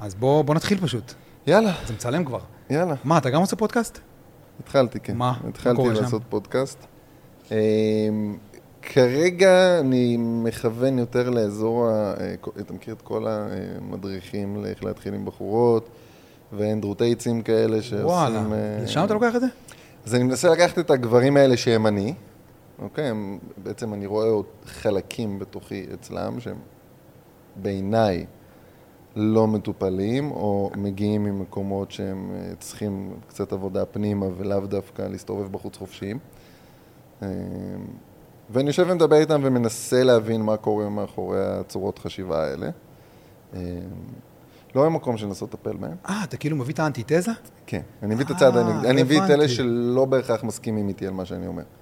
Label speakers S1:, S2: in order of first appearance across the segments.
S1: אז בוא, בוא נתחיל פשוט.
S2: יאללה,
S1: זה מצלם כבר.
S2: יאללה.
S1: מה, אתה גם עושה פודקאסט?
S2: התחלתי, כן.
S1: מה? מה
S2: התחלתי
S1: קורה שם?
S2: לעשות פודקאסט. אמ, כרגע אני מכוון יותר לאזור, ה... אה, כ- אתה מכיר את כל המדריכים לאיך להתחיל עם בחורות, ואנדרוטייצים כאלה שעושים...
S1: וואלה,
S2: אה,
S1: לשם אתה לוקח את זה?
S2: אז אני מנסה לקחת את הגברים האלה שהם אני, אוקיי? הם, בעצם אני רואה עוד חלקים בתוכי אצלם שהם בעיניי לא מטופלים, או מגיעים ממקומות שהם אה, צריכים קצת עבודה פנימה ולאו דווקא להסתובב בחוץ חופשיים. אה, ואני יושב ומדבר איתם ומנסה להבין מה קורה מאחורי הצורות חשיבה האלה. אה, לא המקום של לנסות לטפל בהם.
S1: אה, אתה כאילו מביא את האנטיתזה?
S2: כן, אני מביא את
S1: אה,
S2: הצד, הנגד- אני מביא את אלה
S1: הבנתי.
S2: שלא בהכרח מסכימים איתי על מה שאני אומר. אוקיי.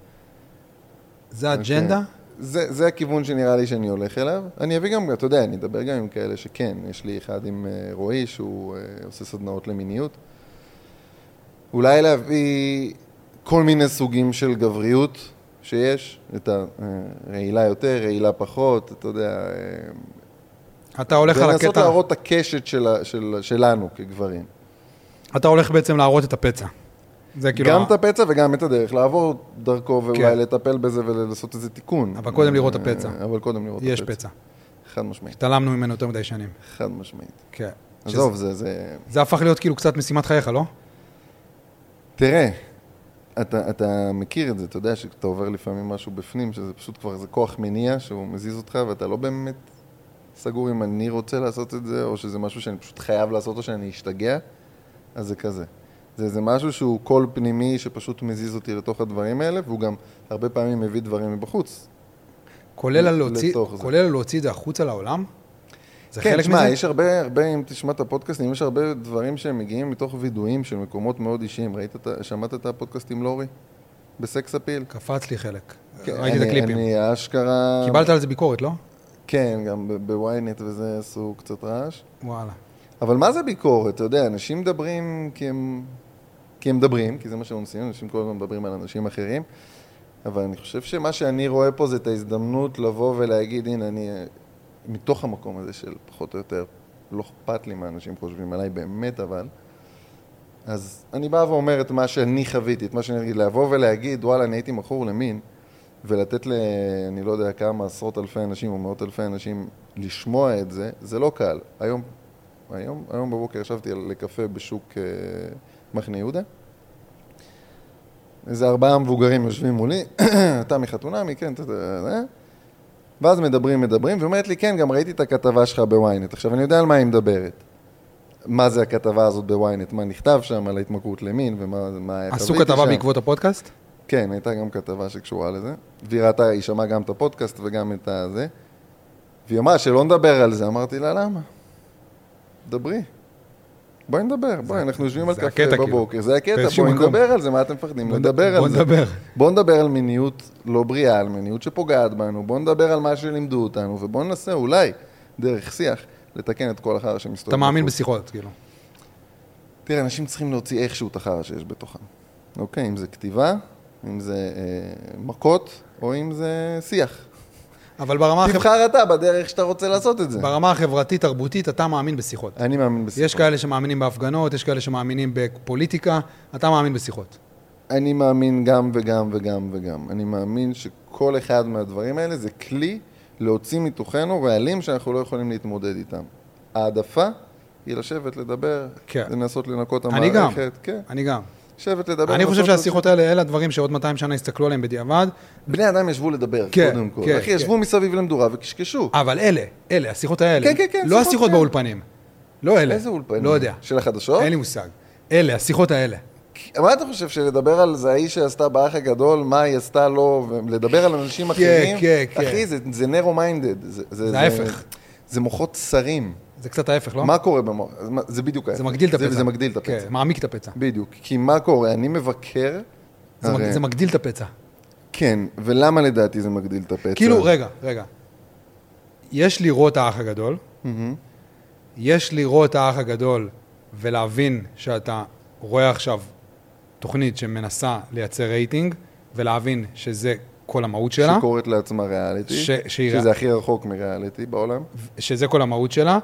S1: זה האג'נדה?
S2: זה, זה הכיוון שנראה לי שאני הולך אליו. אני אביא גם, אתה יודע, אני אדבר גם עם כאלה שכן. יש לי אחד עם אה, רועי שהוא אה, עושה סדנאות למיניות. אולי להביא כל מיני סוגים של גבריות שיש, את הרעילה יותר, רעילה פחות, אתה יודע. אה,
S1: אתה הולך על
S2: ולנסות
S1: הקטע...
S2: להראות את הקשת של, ה- של, שלנו כגברים.
S1: אתה הולך בעצם להראות את הפצע. זה כאילו...
S2: גם
S1: ה-
S2: את הפצע וגם את הדרך לעבור דרכו,
S1: כן.
S2: ואולי לטפל בזה ולעשות איזה תיקון.
S1: אבל קודם לראות את הפצע.
S2: אה, אבל קודם לראות את
S1: יש
S2: הפצע.
S1: פצע.
S2: חד משמעית,
S1: התעלמנו ממנו יותר מדי שנים.
S2: חד משמעית.
S1: כן. שזה-
S2: עזוב, זה, זה...
S1: זה הפך להיות כאילו קצת משימת חייך, לא?
S2: תראה, אתה, אתה מכיר את זה, אתה יודע שאתה עובר לפעמים משהו בפנים, שזה פשוט כבר איזה כוח מניע שהוא מזיז אותך, ואתה לא באמת סגור אם אני רוצה לעשות את זה, או שזה משהו שאני פשוט חייב לעשות, או שאני אשתגע, אז זה כזה. זה איזה משהו שהוא קול פנימי שפשוט מזיז אותי לתוך הדברים האלה, והוא גם הרבה פעמים מביא דברים מבחוץ.
S1: כולל על
S2: ל-
S1: להוציא-
S2: לתוך זה.
S1: כולל על להוציא את זה החוצה לעולם? זה
S2: כן,
S1: חלק
S2: תשמע,
S1: מזה?
S2: יש הרבה, הרבה, אם תשמע את הפודקאסטים, יש הרבה דברים שהם מגיעים מתוך וידויים של מקומות מאוד אישיים. ראית, את ה- שמעת את הפודקאסט עם לורי? בסקס אפיל?
S1: קפץ לי חלק.
S2: כן,
S1: ראיתי את
S2: אני-
S1: הקליפים.
S2: אני אשכרה...
S1: קיבלת על זה ביקורת, לא?
S2: כן, גם ב- בוויינט וזה עשו קצת רעש.
S1: וואלה.
S2: אבל מה זה ביקורת? אתה יודע, אנשים מדברים כי הם... כי הם מדברים, כי זה מה שהם עושים, אנשים כל הזמן מדברים על אנשים אחרים. אבל אני חושב שמה שאני רואה פה זה את ההזדמנות לבוא ולהגיד, הנה, אני... אה, מתוך המקום הזה של פחות או יותר, לא אכפת לי מה אנשים חושבים עליי, באמת, אבל... אז אני בא ואומר את מה שאני חוויתי, את מה שאני אגיד, לבוא ולהגיד, וואלה, אני הייתי מכור למין, ולתת ל... אני לא יודע כמה, עשרות אלפי אנשים או מאות אלפי אנשים לשמוע את זה, זה לא קל. היום, היום, היום בבוקר ישבתי על- לקפה בשוק אה, מחנה יהודה, איזה ארבעה מבוגרים יושבים מולי, אתה מחתונמי, כן, אתה יודע, ואז מדברים, מדברים, ואומרת לי, כן, גם ראיתי את הכתבה שלך בוויינט. עכשיו, אני יודע על מה היא מדברת. מה זה הכתבה הזאת בוויינט, מה נכתב שם על ההתמכרות למין, ומה מה היה
S1: עשו כתבה
S2: שם.
S1: בעקבות הפודקאסט?
S2: כן, הייתה גם כתבה שקשורה לזה. והיא ראתה, היא שמעה גם את הפודקאסט וגם את הזה. והיא אמרה שלא נדבר על זה, אמרתי לה, למה? דברי. בואי נדבר, בואי, אנחנו יושבים על
S1: זה
S2: קפה
S1: הקטע, כאילו.
S2: בבוקר, זה הקטע,
S1: באיזשהו
S2: בואי
S1: מקום.
S2: נדבר על זה, מה אתם מפחדים?
S1: בוא נד-
S2: נדבר
S1: בוא
S2: על זה.
S1: נדבר.
S2: בואו נדבר על מיניות לא בריאה, על מיניות שפוגעת בנו, בואו נדבר על מה שלימדו אותנו, ובואו ננסה אולי, דרך שיח, לתקן את כל החרא שמסתובב.
S1: אתה מאמין
S2: בחוץ.
S1: בשיחות, כאילו.
S2: תראה, אנשים צריכים להוציא איכשהו את החרא שיש בתוכם. אוקיי, אם זה כתיבה, אם זה אה, מכות, או אם זה שיח.
S1: אבל ברמה החברתית...
S2: תבחר אתה בדרך שאתה רוצה לעשות את זה.
S1: ברמה החברתית-תרבותית, אתה מאמין בשיחות.
S2: אני מאמין בשיחות.
S1: יש כאלה שמאמינים בהפגנות, יש כאלה שמאמינים בפוליטיקה, אתה מאמין בשיחות.
S2: אני מאמין גם וגם וגם וגם. אני מאמין שכל אחד מהדברים האלה זה כלי להוציא מתוכנו רעלים שאנחנו לא יכולים להתמודד איתם. העדפה היא לשבת, לדבר,
S1: כן.
S2: לנסות לנקות
S1: אני
S2: המערכת.
S1: גם.
S2: כן,
S1: אני גם.
S2: לשבת, לדבר.
S1: אני חושב
S2: לנסות
S1: שהשיחות האלה, אלה הדברים שעוד 200 שנה יסתכלו עליהם בדיעבד,
S2: להוציא- בני אדם ישבו לדבר,
S1: כן,
S2: קודם כל.
S1: כן,
S2: אחי, ישבו מסביב למדורה וקשקשו.
S1: אבל אלה, אלה, השיחות האלה.
S2: כן, כן, כן,
S1: לא
S2: שיחות,
S1: השיחות
S2: כן.
S1: באולפנים. לא אלה.
S2: איזה אולפנים?
S1: לא יודע.
S2: של החדשות?
S1: אין לי מושג. אלה, השיחות האלה.
S2: מה אתה חושב, שלדבר על זה ההיא שעשתה באח הגדול, מה היא עשתה לו, ולדבר על אנשים אחרים?
S1: כן, כן.
S2: אחי, זה- זה נרו-מיינדד.
S1: זה ההפך.
S2: זה מוחות צרים.
S1: זה קצת ההפך, לא?
S2: מה קורה במוח? אז מה- זה בדיוק ההפך.
S1: זה מגדיל את הפצע.
S2: זה מגדיל את הפצע.
S1: כן, מעמיק את הפצע.
S2: בדיוק. כי מה קורה? אני מבקר...
S1: זה מג-
S2: הרי-
S1: זה מגדיל את הפצע.
S2: כן, ולמה לדעתי זה מגדיל את הפצע?
S1: כאילו, רגע, רגע. יש לראות האח הגדול,
S2: מהמם.
S1: יש לראות האח הגדול ולהבין שאתה רואה עכשיו תוכנית שמנסה לייצר רייטינג, ולהבין שזה כל המהות שלה,
S2: שקוראת לעצמה ריאליטי.
S1: ש- שהיא-
S2: שזה הכי רחוק מריאליטי בעולם.
S1: שזה כל המהות שלה,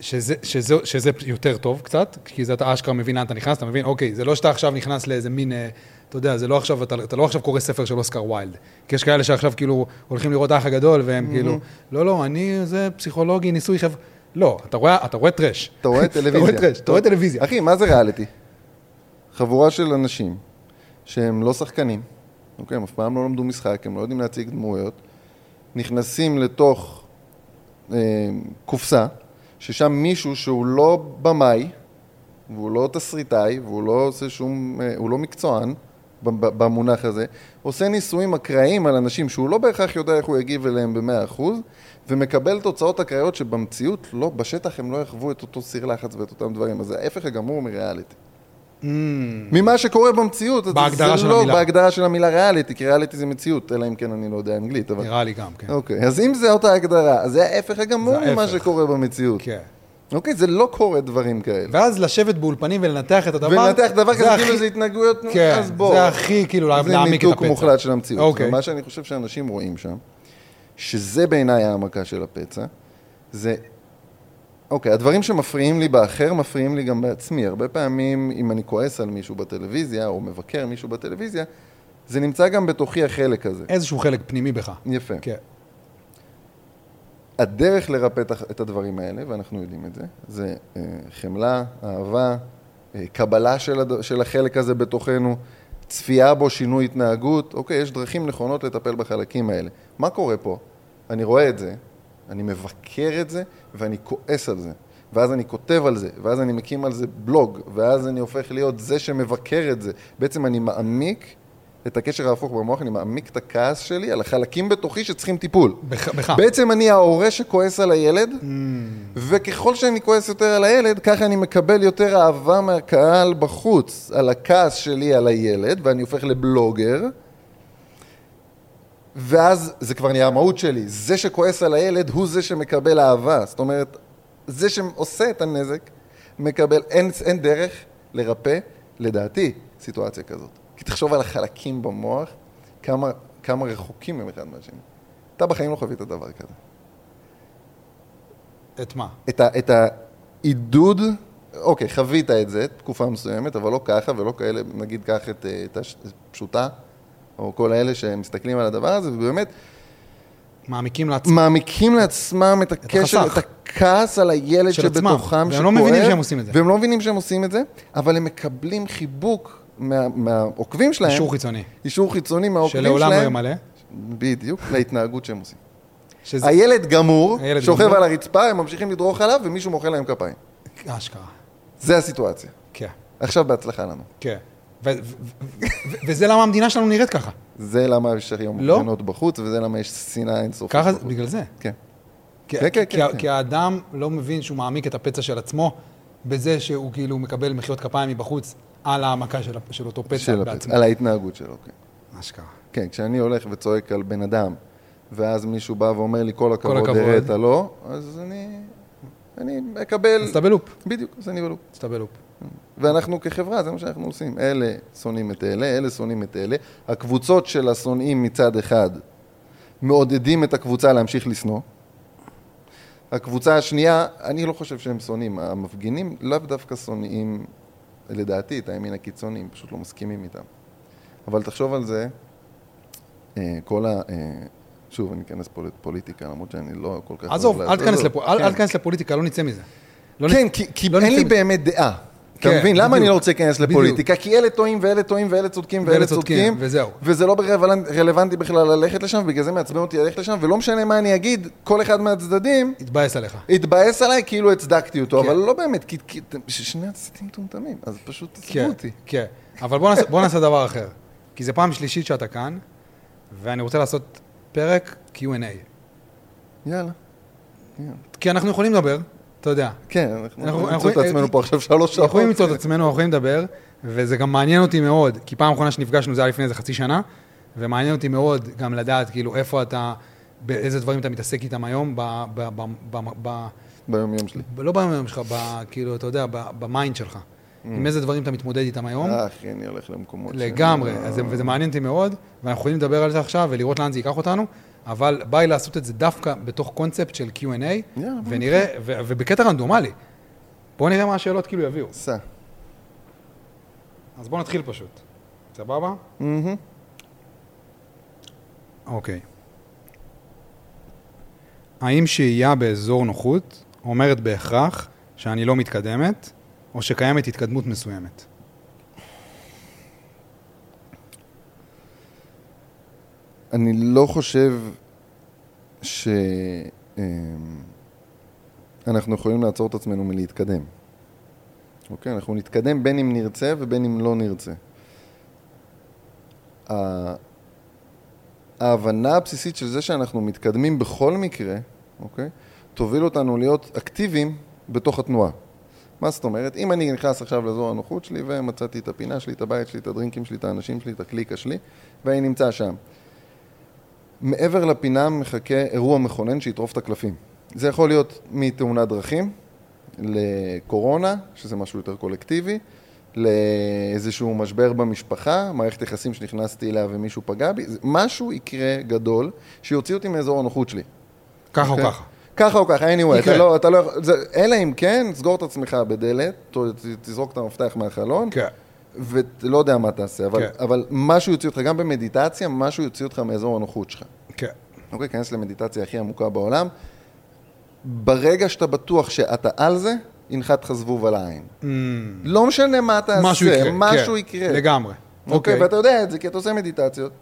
S1: שזה, שזה, שזה יותר טוב קצת, כי זה אתה אשכרה מבין לאן אתה נכנס, אתה מבין, אוקיי, זה לא שאתה עכשיו נכנס לאיזה מין, אה, אתה יודע, זה לא עכשיו, אתה, אתה לא עכשיו קורא ספר של אוסקר ויילד. כי יש כאלה שעכשיו כאילו הולכים לראות האח הגדול, והם כאילו, לא, לא, אני, זה פסיכולוגי, ניסוי חבר... לא, אתה רואה, אתה רואה טראש.
S2: אתה רואה טלוויזיה. אוקיי.
S1: אתה רואה טראש, אתה רואה טלוויזיה.
S2: אחי, מה זה ריאליטי? חבורה של אנשים שהם לא שחקנים, אוקיי, הם אף פעם לא למדו משחק, הם לא יודעים להציג דמויות, נכנסים לתוך אה, קופסה, ששם מישהו שהוא לא במאי, והוא לא תסריטאי, והוא לא עושה שום, אה, הוא לא מקצוען ב- ב- במונח הזה, עושה ניסויים אקראיים על אנשים שהוא לא בהכרח יודע איך הוא יגיב אליהם במאה אחוז, ומקבל תוצאות אקראיות שבמציאות, לא, בשטח הם לא יחוו את אותו סיר לחץ ואת אותם דברים, אז זה ההפך הגמור מריאליטי.
S1: Mm.
S2: ממה שקורה במציאות, אז
S1: בהגדרה
S2: זה
S1: של
S2: לא,
S1: המילה.
S2: בהגדרה של המילה ריאליטי, כי ריאליטי זה מציאות, אלא אם כן אני לא יודע אנגלית, אבל...
S1: נראה לי גם, כן.
S2: אוקיי, אז אם זה אותה הגדרה, אז זה ההפך הגמור
S1: זה
S2: ממה
S1: ההפך.
S2: שקורה במציאות.
S1: כן.
S2: אוקיי, זה לא קורה דברים כאלה.
S1: ואז לשבת באולפנים ולנתח את הדבר,
S2: ולנתח דבר
S1: זה
S2: כזה
S1: הכי-
S2: כאילו זה התנהגויות,
S1: כן,
S2: אז בוא.
S1: זה הכי כאילו להעמיק את הפצע.
S2: זה ניתוק מוחלט של המציאות.
S1: אוקיי.
S2: ומה שאני חושב שאנשים רואים שם, שזה בעיניי העמקה של הפצע, זה... אוקיי, הדברים שמפריעים לי באחר, מפריעים לי גם בעצמי. הרבה פעמים, אם אני כועס על מישהו בטלוויזיה, או מבקר מישהו בטלוויזיה, זה נמצא גם בתוכי החלק הזה.
S1: איזשהו חלק פנימי בך.
S2: יפה.
S1: כן.
S2: הדרך לרפא את הח- את הדברים האלה, ואנחנו יודעים את זה, זה אה, חמלה, אהבה, אה, קבלה של, הד... של החלק הזה בתוכנו, צפייה בו, שינוי התנהגות. אוקיי, יש דרכים נכונות לטפל בחלקים האלה. מה קורה פה? אני רואה את זה, אני מבקר את זה, ואני כועס על זה. ואז אני כותב על זה, ואז אני מקים על זה בלוג, ואז אני הופך להיות זה שמבקר את זה. בעצם אני מעמיק את הקשר ההפוך במוח, אני מעמיק את הכעס שלי על החלקים בתוכי שצריכים טיפול.
S1: בך. בך.
S2: בעצם אני ההורה שכועס על הילד, וככל שאני כועס יותר על הילד, ככה אני מקבל יותר אהבה מהקהל בחוץ, על הכעס שלי על הילד, ואני הופך לבלוגר, ואז זה כבר נהיה המהות שלי. זה שכועס על הילד הוא זה שמקבל אהבה. זאת אומרת, זה שעושה את הנזק, מקבל, אין, אין דרך לרפא, לדעתי, סיטואציה כזאת. כי תחשוב על החלקים במוח, כמה, כמה רחוקים הם אחד מהשני. אתה בחיים לא חווית דבר כזה.
S1: את מה?
S2: את, ה, את העידוד, אוקיי, חווית את זה תקופה מסוימת, אבל לא ככה ולא כאלה, נגיד קח את, אה, את הפשוטה, או כל האלה שמסתכלים על הדבר הזה, ובאמת
S1: מעמיקים לעצמם.
S2: מעמיקים לעצמם את הקשר,
S1: החסך.
S2: את הכעס על הילד
S1: של עצמם.
S2: שבתוכם,
S1: והם לא מבינים שהם עושים את זה.
S2: והם לא מבינים שהם עושים את זה, אבל הם מקבלים חיבוק מה, מהעוקבים שלהם,
S1: אישור חיצוני.
S2: אישור חיצוני מהעוקבים שלהם,
S1: שלעולם לא ימלא.
S2: בדיוק, להתנהגות שהם עושים.
S1: שזה
S2: הילד גמור,
S1: הילד
S2: שוכב
S1: גמור.
S2: על הרצפה, הם ממשיכים לדרוך עליו, ומישהו מוחא להם כפיים.
S1: אשכרה.
S2: זה הסיטואציה.
S1: כן.
S2: עכשיו בהצלחה לנו.
S1: כן. ו- ו- ו- ו- וזה למה המדינה שלנו נראית ככה.
S2: זה למה יש היום
S1: לא?
S2: הפגנות בחוץ, וזה למה יש שנאה אינסופית.
S1: ככה,
S2: בחוץ.
S1: בגלל זה.
S2: כן.
S1: כי-
S2: כן, כן,
S1: כי-
S2: כן,
S1: כי האדם לא מבין שהוא מעמיק את הפצע של עצמו בזה שהוא כאילו מקבל מחיאות כפיים מבחוץ על העמקה של ה- של אותו פצע
S2: של
S1: בעצמו.
S2: הפצע, על ההתנהגות שלו, כן.
S1: אשכרה.
S2: כן, כשאני הולך וצועק על בן אדם, ואז מישהו בא ואומר לי, כל הכבוד,
S1: הכבוד."
S2: הראת לו, אז אני... אני אקבל...
S1: אז אתה בלופ.
S2: בדיוק, אז אני בלופ.
S1: אז אתה בלופ.
S2: ואנחנו כחברה, זה מה שאנחנו עושים. אלה שונאים את אלה, אלה שונאים את אלה. הקבוצות של השונאים מצד אחד מעודדים את הקבוצה להמשיך לשנוא. הקבוצה השנייה, אני לא חושב שהם שונאים. המפגינים לאו דווקא שונאים, לדעתי, את הימין הקיצוני, הם פשוט לא מסכימים איתם. אבל תחשוב על זה, אה, כל ה... אה, שוב, אני אכנס פה לפוליטיקה, למרות שאני לא כל כך... אוהב
S1: עזוב,
S2: לעשות
S1: אל תיכנס
S2: זאת.
S1: לפו- אל-
S2: כן.
S1: אל תיכנס לפוליטיקה, לא נצא מזה. לא
S2: כן, כי, כי
S1: לא
S2: אין לי
S1: נצא-
S2: באמת דעה. אתה
S1: כן,
S2: מבין? למה
S1: בדיוק.
S2: אני לא רוצה להיכנס
S1: בדיוק.
S2: לפוליטיקה? כי אלה טועים ואלה טועים ואלה צודקים ואלה
S1: ואלה צודקים,
S2: צודקים.
S1: וזהו.
S2: וזה לא ברלוונ- רלוונטי בכלל ללכת לשם, בגלל זה מעצבן אותי ללכת לשם, ולא משנה מה אני אגיד, כל אחד מהצדדים
S1: התבאס עליך.
S2: יתבאס עליי כאילו הצדקתי אותו,
S1: כן.
S2: אבל לא באמת, כי כי- ש- שני הצדדים מטומטמים, אז פשוט
S1: כן,
S2: תעזבו אותי.
S1: כן. אבל בוא נעשה, בוא נעשה דבר אחר. כי זו פעם שלישית שאתה כאן, ואני רוצה לעשות פרק Q&A.
S2: יאללה.
S1: כי אנחנו יכולים לדבר, אתה יודע.
S2: כן, אנחנו
S1: אנחנו-
S2: יכולים למצוא את
S1: אנחנו-
S2: עצמנו פה עכשיו אוקיי. שלוש
S1: אנחנו
S2: שעות.
S1: יכולים למצוא את עצמנו, אנחנו יכולים לדבר, וזה גם מעניין אותי מאוד, כי פעם אחרונה שנפגשנו זה היה לפני איזה חצי שנה, ומעניין אותי מאוד גם לדעת כאילו איפה אתה, באיזה דברים אתה מתעסק איתם היום, ב... ב, ב, ב, ב
S2: ביום יום שלי.
S1: ב- לא ביום שלך, ב, כאילו, אתה יודע, ב- במיינד שלך. עם איזה דברים אתה מתמודד איתם היום.
S2: Mm. אה, אחי, אני הולך למקומות... שאני
S1: נכון? לגמרי,
S2: לא-
S1: אז זה- וזה מעניין אותי מאוד, ואנחנו יכולים לדבר על זה עכשיו ולראות לאן זה ייקח אותנו, אבל בא לי לעשות את זה דווקא בתוך קונספט של Q&A,
S2: יאללה, בוא
S1: ונראה, ו- ובקטע רנדומלי. בואו נראה מה השאלות כאילו יביאו.
S2: סע.
S1: אז בואו נתחיל פשוט. סבבה?
S2: מהמם.
S1: אוקיי. האם שהייה באזור נוחות אומרת בהכרח שאני לא מתקדמת, או שקיימת התקדמות מסוימת?
S2: אני לא חושב ש... אמ, אנחנו יכולים לעצור את עצמנו מלהתקדם. אוקיי? אנחנו נתקדם בין אם נרצה ובין אם לא נרצה. ה- ההבנה הבסיסית של זה שאנחנו מתקדמים בכל מקרה, אוקיי? תוביל אותנו להיות אקטיביים בתוך התנועה. מה זאת אומרת? אם אני נכנס עכשיו לאזור הנוחות שלי ומצאתי את הפינה שלי, את הבית שלי, את הדרינקים שלי, את האנשים שלי, את הקליקה שלי, ואני נמצא שם. מעבר לפינה מחכה אירוע מכונן שיטרוף את הקלפים. זה יכול להיות מתאונת דרכים, לקורונה, שזה משהו יותר קולקטיבי, לאיזשהו משבר במשפחה, מערכת יחסים שנכנסתי אליה ומישהו פגע בי, זה- משהו יקרה גדול שיוציא אותי מאזור הנוחות שלי.
S1: ככה או
S2: אוקיי?
S1: ככה.
S2: ככה או ככה, anyway,
S1: יקרה.
S2: אתה לא, אתה לא יכול, זה- אלא אם כן, סגור את עצמך בדלת, ת- ת- תזרוק את המפתח מהחלון,
S1: כן.
S2: ולא יודע מה תעשה, אבל,
S1: כן.
S2: אבל משהו יוציא אותך, גם במדיטציה, משהו יוציא אותך מאזור הנוחות שלך.
S1: כן.
S2: אוקיי, כנס למדיטציה הכי עמוקה בעולם. ברגע שאתה בטוח שאתה על זה, ינחת לך זבוב על העין. לא משנה מה תעשה,
S1: Mm. משהו יקרה. כן,
S2: משהו יקרה.
S1: לגמרי.
S2: אוקיי,
S1: אוקיי.
S2: ואתה יודע את זה, כי אתה עושה מדיטציות.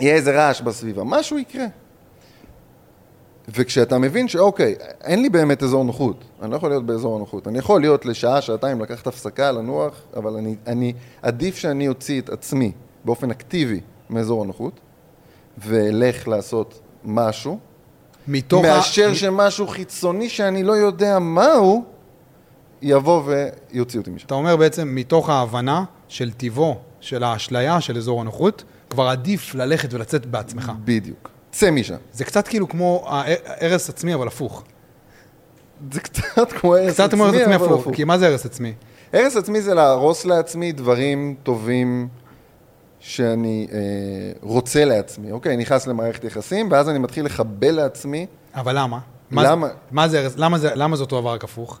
S2: יהיה איזה רעש בסביבה, משהו יקרה. וכשאתה מבין שאוקיי, אין לי באמת אזור נוחות, אני לא יכול להיות באזור הנוחות. אני יכול להיות לשעה, שעתיים, לקחת הפסקה, לנוח, אבל אני, אני, עדיף שאני אוציא את עצמי באופן אקטיבי מאזור הנוחות, ואלך לעשות משהו,
S1: מתוך
S2: מאשר שמשהו חיצוני שאני לא יודע מהו, יבוא ויוציא אותי משם.
S1: אתה אומר בעצם, מתוך ההבנה של טיבו, של האשליה של אזור הנוחות, כבר עדיף ללכת ולצאת בעצמך.
S2: בדיוק. צא משם.
S1: זה קצת כאילו כמו הרס עצמי, אבל הפוך.
S2: זה קצת כמו הרס
S1: קצת כמו הרס עצמי
S2: אבל
S1: הפוך, כי מה זה הרס עצמי?
S2: הרס עצמי זה להרוס לעצמי דברים טובים שאני אה, רוצה לעצמי. אוקיי, אני נכנס למערכת יחסים, ואז אני מתחיל לחבל לעצמי.
S1: אבל למה? מה זה-
S2: למה?
S1: מה זה הרס, למה זה, למה זה אותו עבר רק הפוך?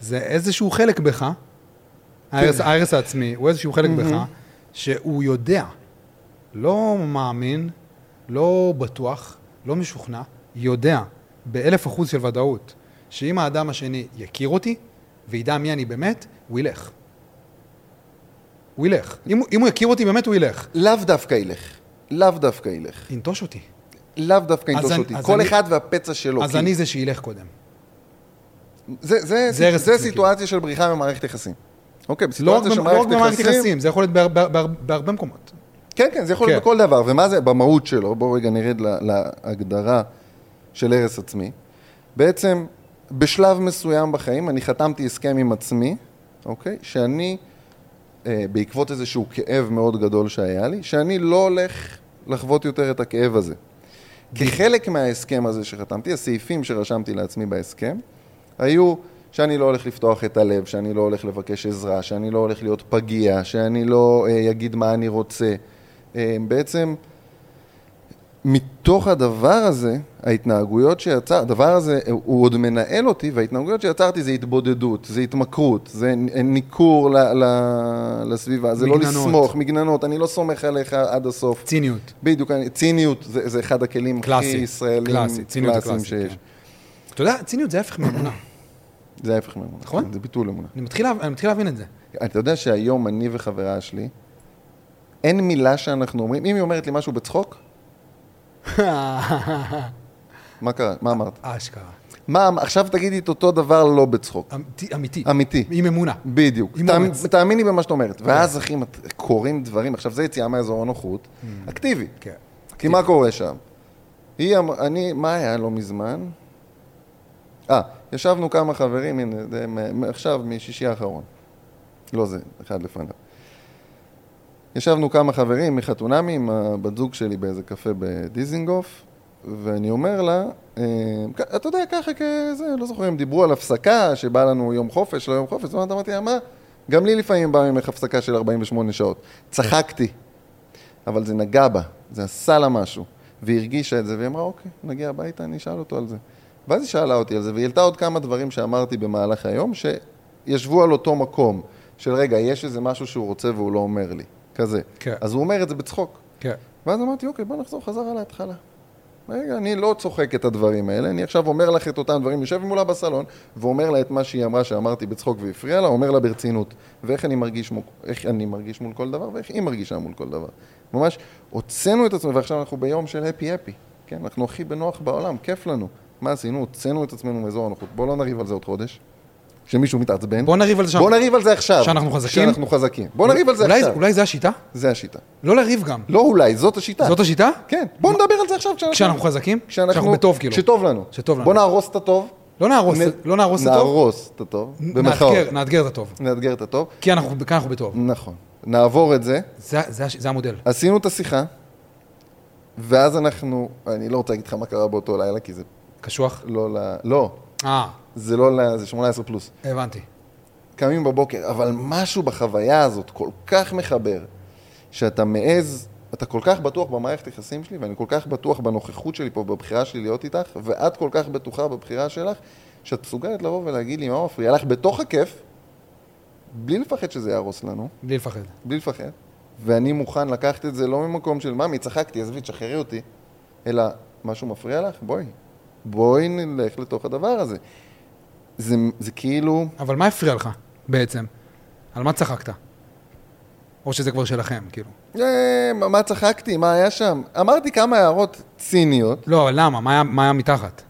S1: זה איזשהו חלק בך,
S2: כן.
S1: ההרס, ההרס העצמי, הוא איזשהו חלק בך, שהוא יודע, לא מאמין, לא בטוח, לא משוכנע, יודע באלף אחוז של ודאות, שאם האדם השני יכיר אותי וידע מי אני באמת, הוא ילך. הוא ילך. אם, הוא- אם הוא יכיר אותי באמת, הוא ילך.
S2: לאו דווקא ילך. לאו דווקא ילך.
S1: ינטוש אותי.
S2: לאו דווקא
S1: אז
S2: ינטוש
S1: אני-
S2: אותי.
S1: אז
S2: כל
S1: אני-
S2: אחד והפצע שלו.
S1: אז
S2: לא, כי-
S1: אני זה שילך קודם.
S2: זה, זה,
S1: זה
S2: זה,
S1: הרס
S2: זה
S1: עצמי, כאילו.
S2: סיטואציה של בריחה ממערכת יחסים. אוקיי,
S1: לא רק
S2: בסיטואציה של
S1: במ- לא רק
S2: מערכת
S1: במערכת
S2: יחסים...
S1: יחסים, זה יכול להיות בהר- בהר- בהר- בהרבה מקומות.
S2: כן, כן, זה יכול להיות
S1: כן.
S2: בכל דבר. ומה זה במהות שלו? בואו רגע נרד לה, להגדרה של הרס עצמי. בעצם, בשלב מסוים בחיים, אני חתמתי הסכם עם עצמי, אוקיי? שאני, אה, בעקבות איזשהו כאב מאוד גדול שהיה לי, שאני לא הולך לחוות יותר את הכאב הזה. כחלק מההסכם הזה שחתמתי, הסעיפים שרשמתי לעצמי בהסכם, היו שאני לא הולך לפתוח את הלב, שאני לא הולך לבקש עזרה, שאני לא הולך להיות פגיע, שאני לא אה, אגיד מה אני רוצה. אה, בעצם, מתוך הדבר הזה, ההתנהגויות שיצר, הדבר הזה, אה, הוא עוד מנהל אותי, וההתנהגויות שיצרתי זה התבודדות, זה התמכרות, זה נ- ניכור ל, ל, לסביבה, זה
S1: מגננות.
S2: לא לסמוך, מגננות, אני לא סומך עליך עד הסוף.
S1: ציניות.
S2: בדיוק, אני- ציניות זה, זה אחד הכלים
S1: קלאסי,
S2: הכי ישראלים,
S1: קלאסי, ציניות זה
S2: קלאסיים
S1: קלאסי,
S2: שיש.
S1: אתה יודע, ציניות זה ההפך מאמונה.
S2: זה ההפך מאמונה.
S1: נכון?
S2: כן, זה ביטול אמונה.
S1: אני מתחיל לה- אני מתחיל להבין את זה.
S2: אתה יודע שהיום אני וחברה שלי, אין מילה שאנחנו אומרים, אם היא אומרת לי משהו בצחוק, מה קרה? מה אמרת?
S1: אשכרה.
S2: מה, עכשיו תגידי את אותו דבר לא בצחוק.
S1: אמיתי- אמיתי.
S2: אמיתי.
S1: עם אמונה.
S2: בדיוק.
S1: עם
S2: תאמ-
S1: אומץ.
S2: תאמיני במה שאת אומרת. ואז, אחי, מת- קורים דברים, עכשיו זה יציאה מאזור הנוחות, אקטיבי.
S1: כן.
S2: כי מה קורה שם? היא אמרה, אני, מה היה לא מזמן? אה, ישבנו כמה חברים, הנה, זה מ- מ- עכשיו משישי האחרון. לא זה, אחד לפניו. ישבנו כמה חברים מחתונמי עם הבת זוג שלי באיזה קפה בדיזינגוף, ואני אומר לה, אה, כ- אתה יודע, ככה כזה, לא זוכר אם דיברו על הפסקה, שבא לנו יום חופש, לא יום חופש, זאת אומרת, אמרתי לה, מה? גם לי לפעמים בא ממך הפסקה של 48 שעות. צחקתי. אבל זה נגע בה, זה עשה לה משהו. והיא הרגישה את זה, והיא אמרה, אוקיי, נגיע הביתה, אני אשאל אותו על זה. ואז היא שאלה אותי על זה, והיא העלתה עוד כמה דברים שאמרתי במהלך היום, שישבו על אותו מקום, של רגע, יש איזה משהו שהוא רוצה והוא לא אומר לי, כזה.
S1: כן.
S2: אז הוא אומר את זה בצחוק.
S1: כן.
S2: ואז אמרתי, אוקיי, בוא נחזור חזרה להתחלה. רגע, אני לא צוחק את הדברים האלה, אני עכשיו אומר לך את אותם דברים, יושב מולה בסלון, ואומר לה את מה שהיא אמרה שאמרתי בצחוק והפריע לה, אומר לה ברצינות. ואיך אני מרגיש מול, איך אני מרגיש מול כל דבר, ואיך היא מרגישה מול כל דבר. ממש הוצאנו את עצמנו, ועכשיו אנחנו ביום של הפי-הפי. כן, אנחנו הכי בנוח בעולם, כיף לנו. מה עשינו? הוצאנו את עצמנו מאזור הנוחות. בואו לא נריב על זה עוד חודש. שמישהו מתעצבן.
S1: בוא נריב על זה שם.
S2: בוא נריב על זה עכשיו.
S1: שאנחנו חזקים?
S2: שאנחנו חזקים. בוא נריב על זה
S1: אולי-
S2: עכשיו.
S1: אולי זה השיטה?
S2: זה השיטה.
S1: לא לריב גם.
S2: לא אולי, זאת השיטה.
S1: זאת השיטה?
S2: כן, בוא נדבר על זה עכשיו כשאנחנו...
S1: כשאנחנו חזקים?
S2: כשאנחנו...
S1: כשאנחנו בטוב, כאילו.
S2: כשטוב לנו.
S1: כשטוב לנו.
S2: בוא נהרוס את הטוב.
S1: לא נהרוס,
S2: נ-
S1: לא נהרוס את הטוב.
S2: נהרוס את הטוב, במרכאות.
S1: נאתגר, נאתגר את הטוב.
S2: נאתגר את הטוב.
S1: כי אנחנו כי אנחנו בטוב.
S2: נכון. נעבור את זה.
S1: זה- זה הש- זה המודל.
S2: עשינו את השיחה, ואז אנחנו... אני לא רוצה להגיד לך מה קרה באותו לילה, כי זה
S1: קשוח?
S2: לא ל... לא.
S1: אה,
S2: זה לא ל... זה 18 פלוס.
S1: הבנתי.
S2: קמים בבוקר, אבל משהו בחוויה הזאת כל כך מחבר, שאתה מעז, אתה כל כך בטוח במערכת היחסים שלי, ואני כל כך בטוח בנוכחות שלי פה, בבחירה שלי להיות איתך, ואת כל כך בטוחה בבחירה שלך, שאת מסוגלת לבוא ולהגיד לי, מה מפריע לך בתוך הכיף, בלי לפחד שזה יהרוס לנו,
S1: בלי לפחד.
S2: בלי לפחד, ואני מוכן לקחת את זה לא ממקום של, ממי, צחקתי, עזבי, תשחררי אותי, אלא, משהו מפריע לך? בואי. בואי נלך לתוך הדבר הזה. זה, זה כאילו...
S1: אבל מה הפריע לך בעצם? על מה צחקת? או שזה כבר שלכם, כאילו.
S2: אה, מה מה צחקתי? מה היה שם? אמרתי כמה הערות ציניות.
S1: לא, אבל למה? מה היה- מה היה מתחת?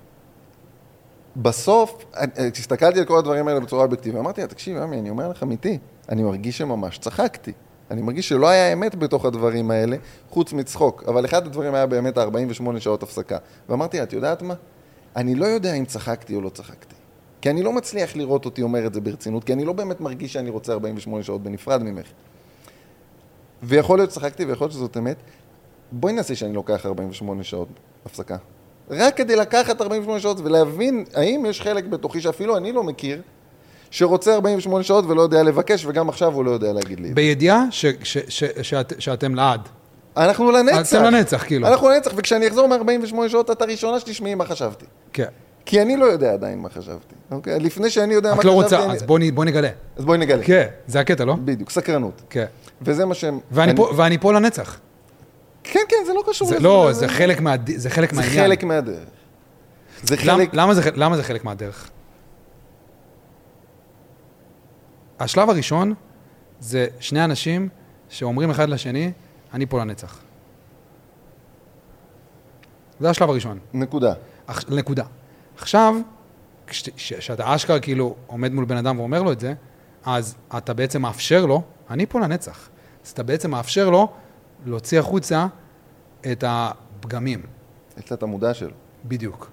S2: בסוף, אה, אה, כשהסתכלתי על כל הדברים האלה בצורה אובייקטיבית, אמרתי לה, תקשיב, ימי, אני אומר לך אמיתי, אני מרגיש שממש צחקתי. אני מרגיש שלא היה אמת בתוך הדברים האלה, חוץ מצחוק. אבל אחד הדברים היה באמת ה-48 שעות הפסקה. ואמרתי לה, את יודעת מה? אני לא יודע אם צחקתי או לא צחקתי. כי אני לא מצליח לראות אותי אומר את זה ברצינות, כי אני לא באמת מרגיש שאני רוצה 48 שעות בנפרד ממך. ויכול להיות שצחקתי ויכול להיות שזאת אמת. בואי נעשה שאני לוקח 48 שעות הפסקה. רק כדי לקחת 48 שעות ולהבין האם יש חלק בתוכי שאפילו אני לא מכיר, שרוצה 48 שעות ולא יודע לבקש, וגם עכשיו הוא לא יודע להגיד לי. את זה.
S1: בידיעה ש- ש- ש- שאת- שאתם לעד.
S2: אנחנו לנצח.
S1: אתם לנצח, כאילו.
S2: אנחנו לנצח, וכשאני אחזור מ-48 שעות, את הראשונה שתשמעי מה חשבתי.
S1: כן.
S2: כי אני לא יודע עדיין מה חשבתי, אוקיי? לפני שאני יודע מה
S1: את
S2: חשבתי...
S1: לא רוצה,
S2: אני-
S1: אז בוא נ- בוא נגלה.
S2: אז בואי נגלה.
S1: כן, זה הקטע, לא?
S2: בדיוק, סקרנות.
S1: כן.
S2: וזה מה שהם...
S1: ואני
S2: אני-
S1: פה- ואני פה לנצח.
S2: כן, כן, זה לא קשור
S1: זה
S2: לזה.
S1: לא, זה חלק מהד- זה חלק
S2: זה
S1: מהעניין.
S2: חלק מהדרך. זה
S1: למ-
S2: חלק...
S1: למה, זה, ח- למה זה חלק מהדרך? השלב הראשון זה שני אנשים שאומרים אחד לשני, אני פה לנצח. זה השלב הראשון,
S2: נקודה.
S1: אך, נקודה. עכשיו, כשאתה אשכרה כאילו עומד מול בן אדם ואומר לו את זה, אז אתה בעצם מאפשר לו, אני פה לנצח. אז אתה בעצם מאפשר לו להוציא החוצה את הפגמים,
S2: יש לה את המודע שלו.
S1: בדיוק.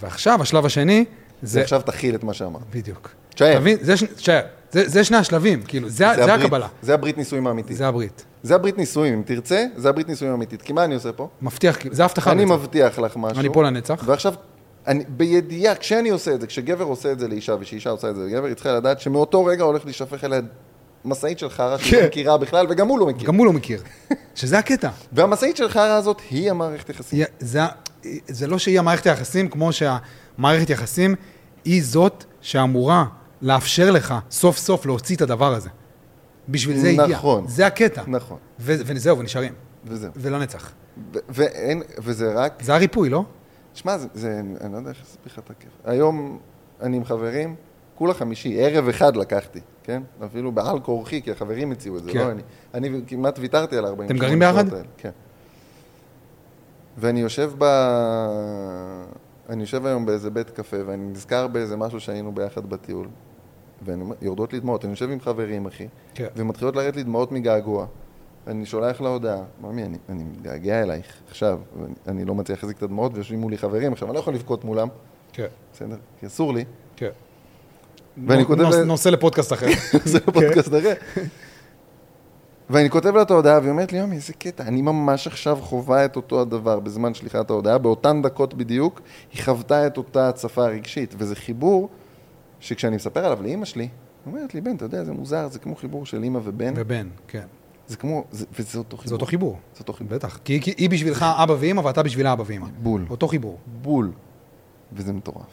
S1: ועכשיו, השלב השני,
S2: זה
S1: זה
S2: עכשיו תכיל את מה שאמרת.
S1: בדיוק.
S2: תשאר.
S1: תבין, זה, ש... תשאר. זה, זה שני השלבים, כאילו, זה, זה, זה
S2: הברית-
S1: הקבלה.
S2: זה הברית נישואים האמיתית.
S1: זה הברית.
S2: זה הברית נישואים, אם תרצה, זה הברית נישואים האמיתית. כי מה אני עושה פה?
S1: מבטיח, כאילו, זה הבטחה.
S2: אני
S1: בעצם.
S2: מבטיח לך משהו.
S1: אני פה לנצח.
S2: ועכשיו, אני, בידיעה, כשאני עושה את זה, כשגבר עושה את זה לאישה, ושאישה עושה את זה לגבר, היא צריכה לדעת שמאותו רגע הולך להישפך אליה משאית של חרא שהיא
S1: כן.
S2: לא מכירה בכלל, וגם הוא לא מכיר.
S1: גם הוא לא מכיר. שזה הקטע.
S2: והמשאית של חרא הזאת היא המערכת יחסים.
S1: היא- זה, ה- זה לא שהיא המערכת היחסים, כמו שהמערכת יחסים היא זאת שאמורה לאפשר לך סוף סוף להוציא את הדבר הזה. בשביל זה הגיע.
S2: נכון.
S1: זה הקטע.
S2: נכון.
S1: ו- וזהו, ונשארים.
S2: וזהו.
S1: ולנצח.
S2: ו- ואין, וזה רק...
S1: זה הריפוי, לא?
S2: שמע, זה, זה, אני לא יודע איך להסביר לך את הכיף. היום אני עם חברים, כולה חמישי, ערב אחד לקחתי, כן? אפילו בעל כורחי, כי החברים הציעו את זה,
S1: כן.
S2: לא אני. אני כמעט ויתרתי על 40
S1: אתם גרים ביחד?
S2: כן. ואני יושב ב... אני יושב היום באיזה בית קפה, ואני נזכר באיזה משהו שהיינו ביחד בטיול, ואני אומר, יורדות לי דמעות, אני יושב עם חברים, אחי,
S1: כן.
S2: ומתחילות לרדת לי דמעות מגעגוע. אני שולח לה הודעה, ממי, אני, אני מתגעגע אלייך עכשיו, ואני אני לא מצליח להחזיק את הדמעות, ויושבים מולי חברים, עכשיו אני לא יכול לבכות מולם,
S1: כן,
S2: בסדר? כי אסור לי.
S1: כן.
S2: ואני כותב... לה-
S1: נושא לפודקאסט אחר.
S2: זה פודקאסט אחר. ואני כותב לה את ההודעה, והיא אומרת לי, יומי, איזה קטע, אני ממש עכשיו חווה את אותו הדבר בזמן שליחת ההודעה, באותן דקות בדיוק, היא חוותה את אותה הצפה רגשית, וזה חיבור שכשאני מספר עליו לאימא שלי, היא אומרת לי, בן, אתה יודע, זה מוזר, זה כמו חיבור של אימא ובן,
S1: ובן, כן.
S2: זה כמו, זה- וזה אותו חיבור.
S1: זה אותו חיבור.
S2: זה אותו חיבור.
S1: בטח. כי כי היא בשבילך אבא ואימא ואתה בשבילה אבא ואימא.
S2: בול.
S1: אותו חיבור.
S2: בול. וזה מטורף.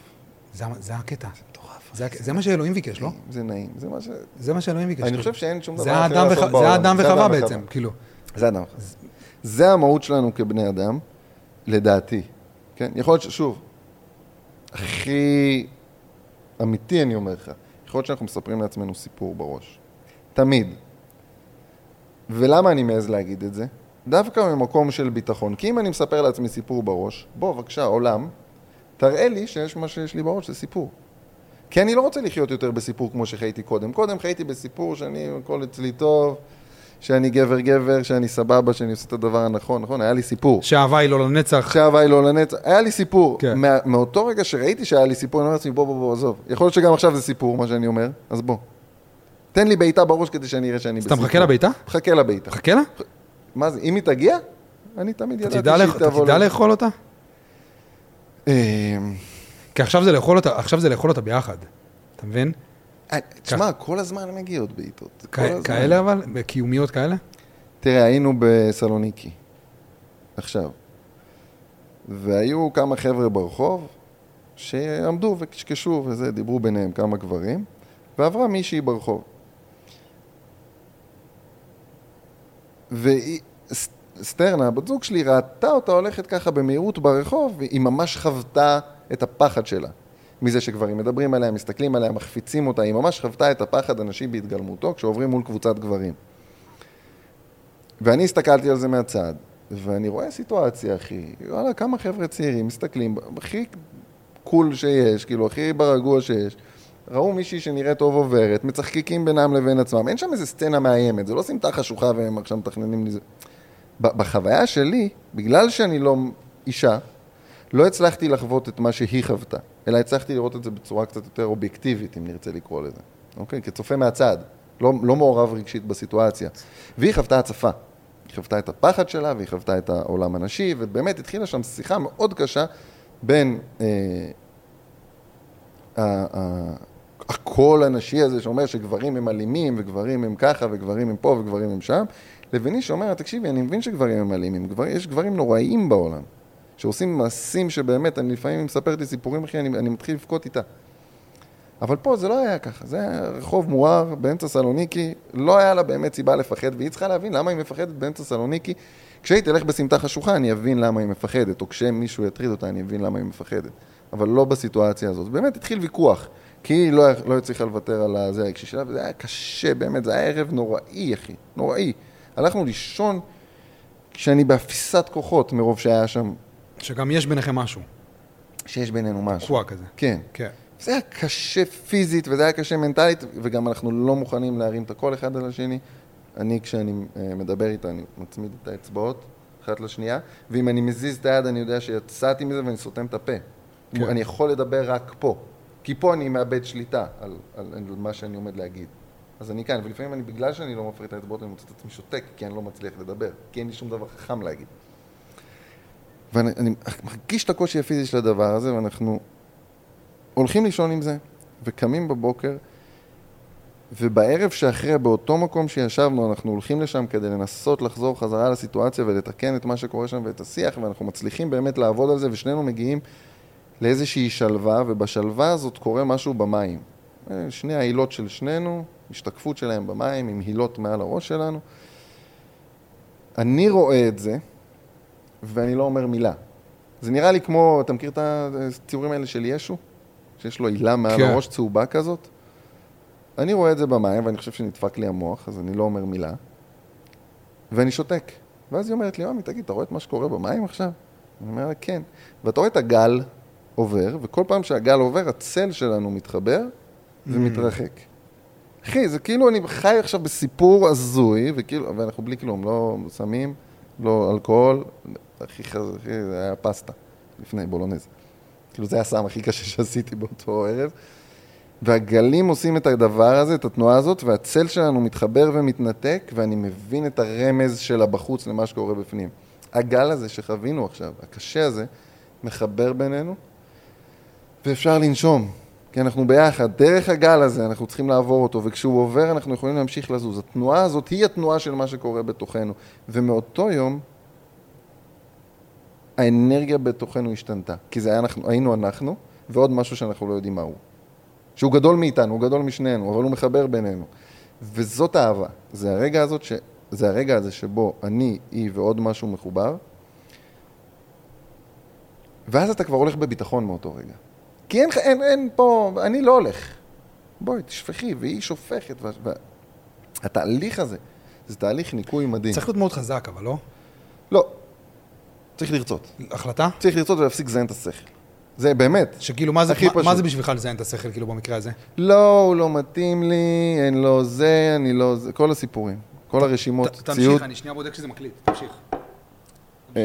S1: זה ה- זה הקטע.
S2: מטורף.
S1: זה הק- זה מה שאלוהים ביקש, לא?
S2: זה נעים, זה מה ש...
S1: זה מה שאלוהים ביקש.
S2: אני
S1: כאילו.
S2: חושב שאין שום
S1: זה
S2: דבר אחר
S1: האדם
S2: לעשות
S1: וח-
S2: בעולם.
S1: זה האדם וחווה
S2: וחווה.
S1: בעצם, כאילו.
S2: זה אדם אחד. זה המהות שלנו כבני אדם, לדעתי. כן? יכול להיות ששוב, הכי אמיתי אני אומר לך, יכול להיות שאנחנו מספרים לעצמנו סיפור בראש. תמיד. ולמה אני מעז להגיד את זה? דווקא ממקום של ביטחון. כי אם אני מספר לעצמי סיפור בראש, בוא, בבקשה, עולם, תראה לי שיש מה שיש לי בראש, זה סיפור. כי אני לא רוצה לחיות יותר בסיפור כמו שחייתי קודם. קודם חייתי בסיפור שאני, הכל אצלי טוב, שאני גבר גבר, שאני סבבה, שאני עושה את הדבר הנכון, נכון? היה לי סיפור.
S1: שאהבה היא לא לנצח.
S2: עכשיו היי לו לנצח, היה לי סיפור.
S1: כן.
S2: מה, מאותו רגע שראיתי שהיה לי סיפור, אני אומר לעצמי, בוא, בוא, בוא, עזוב. יכול להיות שגם עכשיו זה סיפור, מה שאני אומר, אז בוא. תן לי בעיטה בראש כדי שאני אראה שאני
S1: אז אתה
S2: בסיפור.
S1: מחכה לבעיטה?
S2: מחכה לבעיטה.
S1: חכה לה?
S2: מה זה, אם היא תגיע, אני תמיד
S1: אתה
S2: ידעתי
S1: תדע
S2: שהיא
S1: לאכ- אתה
S2: תבוא.
S1: תדע
S2: ל-
S1: לאכול אותה?
S2: אמ,
S1: כי עכשיו זה לאכול אותה, עכשיו זה לאכול אותה ביחד. אתה מבין?
S2: אה, תשמע, כל הזמן מגיעות בעיטות. כל
S1: כ-
S2: הזמן.
S1: כאלה אבל? קיומיות כאלה?
S2: תראה, היינו בסלוניקי, עכשיו, והיו כמה חבר'ה ברחוב שעמדו וקשקשו וזה, דיברו ביניהם כמה גברים, ועברה מישהי ברחוב. וסטרנה, הבת זוג שלי, ראתה אותה הולכת ככה במהירות ברחוב, והיא ממש חוותה את הפחד שלה. מזה שגברים מדברים עליה, מסתכלים עליה, מחפיצים אותה, היא ממש חוותה את הפחד הנשי בהתגלמותו כשעוברים מול קבוצת גברים. ואני הסתכלתי על זה מהצד, ואני רואה סיטואציה, אחי, וואלה, כמה חבר'ה צעירים מסתכלים, הכי קול שיש, כאילו, הכי ברגוע שיש. ראו מישהי שנראית טוב עוברת, מצחקקים בינם לבין עצמם, אין שם איזה סצנה מאיימת, זה לא סמטה חשוכה והם עכשיו מתכננים לי זה. ב- בחוויה שלי, בגלל שאני לא אישה, לא הצלחתי לחוות את מה שהיא חוותה, אלא הצלחתי לראות את זה בצורה קצת יותר אובייקטיבית, אם נרצה לקרוא לזה, אוקיי? כצופה מהצד, לא, לא מעורב רגשית בסיטואציה. והיא חוותה הצפה. היא חוותה את הפחד שלה, והיא חוותה את העולם הנשי, ובאמת התחילה שם שיחה מאוד קשה בין אה, ה- ה- הקול הנשי הזה שאומר שגברים הם אלימים, וגברים הם ככה, וגברים הם פה, וגברים הם שם, לביני שאומר, תקשיבי, אני מבין שגברים הם אלימים, גבר, יש גברים נוראיים בעולם, שעושים מעשים שבאמת, אני לפעמים מספרת לי סיפורים, אחי, אני, אני מתחיל לבכות איתה. אבל פה זה לא היה ככה, זה היה רחוב מואר באמצע סלוניקי, לא היה לה באמת סיבה לפחד, והיא צריכה להבין למה היא מפחדת באמצע סלוניקי. כשהיא תלך בסמטה חשוכה, אני אבין למה היא מפחדת, או כשמישהו יטריד אותה, אני אבין למה היא מפחדת. אבל לא בסיטואציה הזאת. באמת התחיל ויכוח, כי היא לא, לא הצליחה לוותר על הזה הרגשי שלה, וזה היה קשה, באמת, זה היה ערב נוראי, אחי, נוראי. הלכנו לישון כשאני באפיסת כוחות מרוב שהיה שם,
S1: שגם יש ביניכם משהו.
S2: שיש בינינו משהו.
S1: קווה כזה.
S2: כן.
S1: כן.
S2: זה היה קשה פיזית וזה היה קשה מנטלית, וגם אנחנו לא מוכנים להרים את הקול אחד על השני. אני, כשאני אה, מדבר איתה, אני מצמיד את האצבעות אחת לשנייה, ואם אני מזיז את היד, אני יודע שיצאתי מזה ואני סותם את הפה.
S1: כן.
S2: כן. אני יכול לדבר רק פה, כי פה אני מאבד שליטה על, על, על מה שאני עומד להגיד. אז אני כאן, ולפעמים אני, בגלל שאני לא מפריד את האצבעות, אני מוצא את עצמי שותק, כי אני לא מצליח לדבר, כי אין לי שום דבר חכם להגיד. ואני אני מרגיש את הקושי הפיזי של הדבר הזה, ואנחנו הולכים לישון עם זה, וקמים בבוקר, ובערב שאחרי, באותו מקום שישבנו, אנחנו הולכים לשם כדי לנסות לחזור חזרה לסיטואציה ולתקן את מה שקורה שם ואת השיח, ואנחנו מצליחים באמת לעבוד על זה, ושנינו מגיעים לאיזושהי שלווה, ובשלווה הזאת קורה משהו במים. אה, שני העילות של שנינו, השתקפות שלהם במים, עם הילות מעל הראש שלנו. אני רואה את זה, ואני לא אומר מילה. זה נראה לי כמו, אתה מכיר את הציורים האלה של ישו? שיש לו הילה מעל
S1: כן.
S2: הראש צהובה כזאת? אני רואה את זה במים, ואני חושב שנדפק לי המוח, אז אני לא אומר מילה. ואני שותק. ואז היא אומרת לי, עמי, תגיד, אתה רואה את מה שקורה במים עכשיו? אני אומר לה, כן. ואתה רואה את הגל עובר, וכל פעם שהגל עובר, הצל שלנו מתחבר ומתרחק. אחי, זה כאילו אני חי עכשיו בסיפור הזוי, וכאילו, ואנחנו בלי כלום, לא סמים, לא אלכוהול, הכי חזק, הכי- זה היה פסטה, לפני בולונז. כאילו, זה הסם הכי קשה שעשיתי באותו ערב. והגלים עושים את הדבר הזה, את התנועה הזאת, והצל שלנו מתחבר ומתנתק, ואני מבין את הרמז שלה בחוץ למה שקורה בפנים. הגל הזה שחווינו עכשיו, הקשה הזה, מחבר בינינו, ואפשר לנשום. כי אנחנו ביחד, דרך הגל הזה אנחנו צריכים לעבור אותו, וכשהוא עובר אנחנו יכולים להמשיך לזוז. התנועה הזאת היא התנועה של מה שקורה בתוכנו. ומאותו יום, האנרגיה בתוכנו השתנתה. כי זה היה אנחנו, היינו אנחנו, ועוד משהו שאנחנו לא יודעים מהו. שהוא גדול מאיתנו, הוא גדול משנינו, אבל הוא מחבר בינינו. וזאת אהבה. זה הרגע, הזאת ש... זה הרגע הזה שבו אני, היא ועוד משהו מחובר, ואז אתה כבר הולך בביטחון מאותו רגע. כי אין, אין, אין פה, אני לא הולך. בואי, תשפכי, והיא שופכת. וה... וה... התהליך הזה, זה תהליך ניקוי מדהים.
S1: צריך להיות מאוד חזק, אבל לא?
S2: לא, צריך לרצות.
S1: החלטה?
S2: צריך לרצות ולהפסיק לזיין את השכל. זה באמת.
S1: שכאילו, מה זה,
S2: הכי
S1: מה-
S2: פשוט.
S1: מה זה בשבילך לזיין את השכל, כאילו, במקרה הזה?
S2: לא, הוא לא מתאים לי, אין לו זה, אני לא זה, כל הסיפורים. כל הרשימות,
S1: ת-
S2: ציוד.
S1: תמשיך, אני שנייה בודק שזה מקליט, תמשיך.
S2: אמ,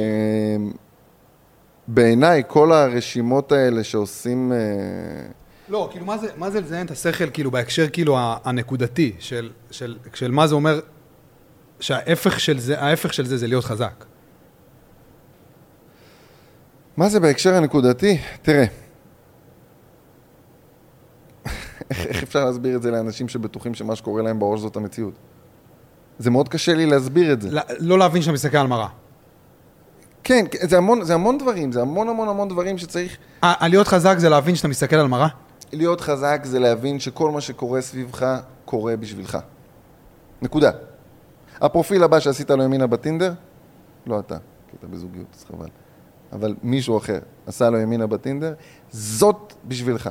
S2: בעיניי, כל הרשימות האלה שעושים... אה,
S1: לא, כאילו, מה זה, מה זה לזיין את השכל, כאילו, בהקשר, כאילו, ה- הנקודתי של, של, של מה זה אומר, שההפך של זה, ההפך של זה זה להיות חזק.
S2: מה זה בהקשר הנקודתי? תראה. איך איך אפשר להסביר את זה לאנשים שבטוחים שמה שקורה להם בראש זאת המציאות? זה מאוד קשה לי להסביר את זה.
S1: לא, לא להבין שאתה מסתכל על מראה.
S2: כן, כן, זה המון, זה המון דברים, זה המון המון המון דברים שצריך
S1: ה- להיות חזק זה להבין שאתה מסתכל על מראה?
S2: להיות חזק זה להבין שכל מה שקורה סביבך, קורה בשבילך. נקודה. הפרופיל הבא שעשית לו ימינה בטינדר, לא אתה, כי אתה בזוגיות, אז חבל. אבל מישהו אחר עשה לו ימינה בטינדר, זאת בשבילך.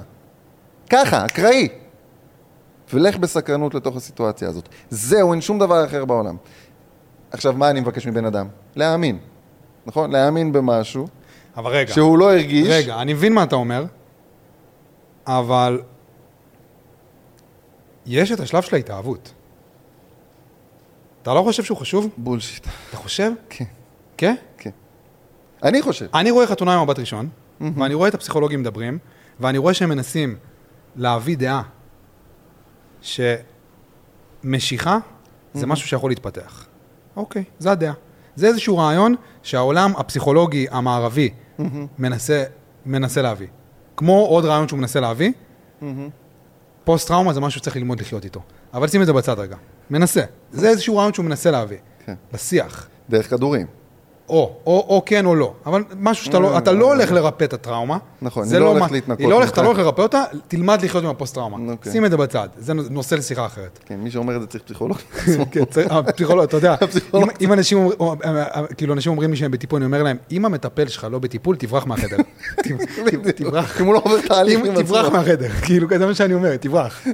S2: ככה, אקראי. ולך בסקרנות לתוך הסיטואציה הזאת. זהו, אין שום דבר אחר בעולם. עכשיו, מה אני מבקש מבן אדם? להאמין. נכון? להאמין במשהו
S1: אבל רגע,
S2: שהוא לא הרגיש.
S1: רגע, אני מבין מה אתה אומר, אבל יש את השלב של ההתאהבות. אתה לא חושב שהוא חשוב?
S2: בולשיט.
S1: אתה חושב?
S2: כן,
S1: כן?
S2: כן. אני חושב.
S1: אני רואה חתונה עם מבט ראשון, ואני רואה את הפסיכולוגים מדברים, ואני רואה שהם מנסים להביא דעה שמשיכה זה משהו שיכול להתפתח. אוקיי, זה הדעה. זה איזשהו רעיון שהעולם הפסיכולוגי המערבי מנסה, מנסה להביא. כמו עוד רעיון שהוא מנסה להביא, פוסט-טראומה זה משהו שצריך ללמוד לחיות איתו. אבל שים את זה בצד רגע. מנסה. זה איזשהו רעיון שהוא מנסה להביא.
S2: כן.
S1: לשיח.
S2: דרך כדורים.
S1: או, או, או כן או לא. אבל משהו שאתה לא, אתה לא הולך לרפא את הטראומה.
S2: אה, נכון,
S1: זה
S2: היא לא הולכת
S1: מה-
S2: להתנקות
S1: היא לא הולכת,
S2: ממך.
S1: אתה לא הולך לרפא אותה, תלמד לחיות עם הפוסט-טראומה.
S2: אוקיי.
S1: שים את זה בצד, זה נושא לשיחה אחרת.
S2: כן, מי שאומר את זה צריך פסיכולוג.
S1: כן, צריך- הפסיכולוג, אתה יודע,
S2: אוקיי. הפסיכולוג.
S1: אם- אם אנשים אומרים- או- אה, אה, כאילו אנשים אומרים לי שהם בטיפול, אני אומר להם, אם המטפל שלך לא בטיפול, תברח מהחדר. ת- תברח.
S2: אם הוא לא עובר תהליך
S1: אם-
S2: עם עצמו.
S1: תברח מהחדר, כאילו, זה מה שאני אומר, תברח.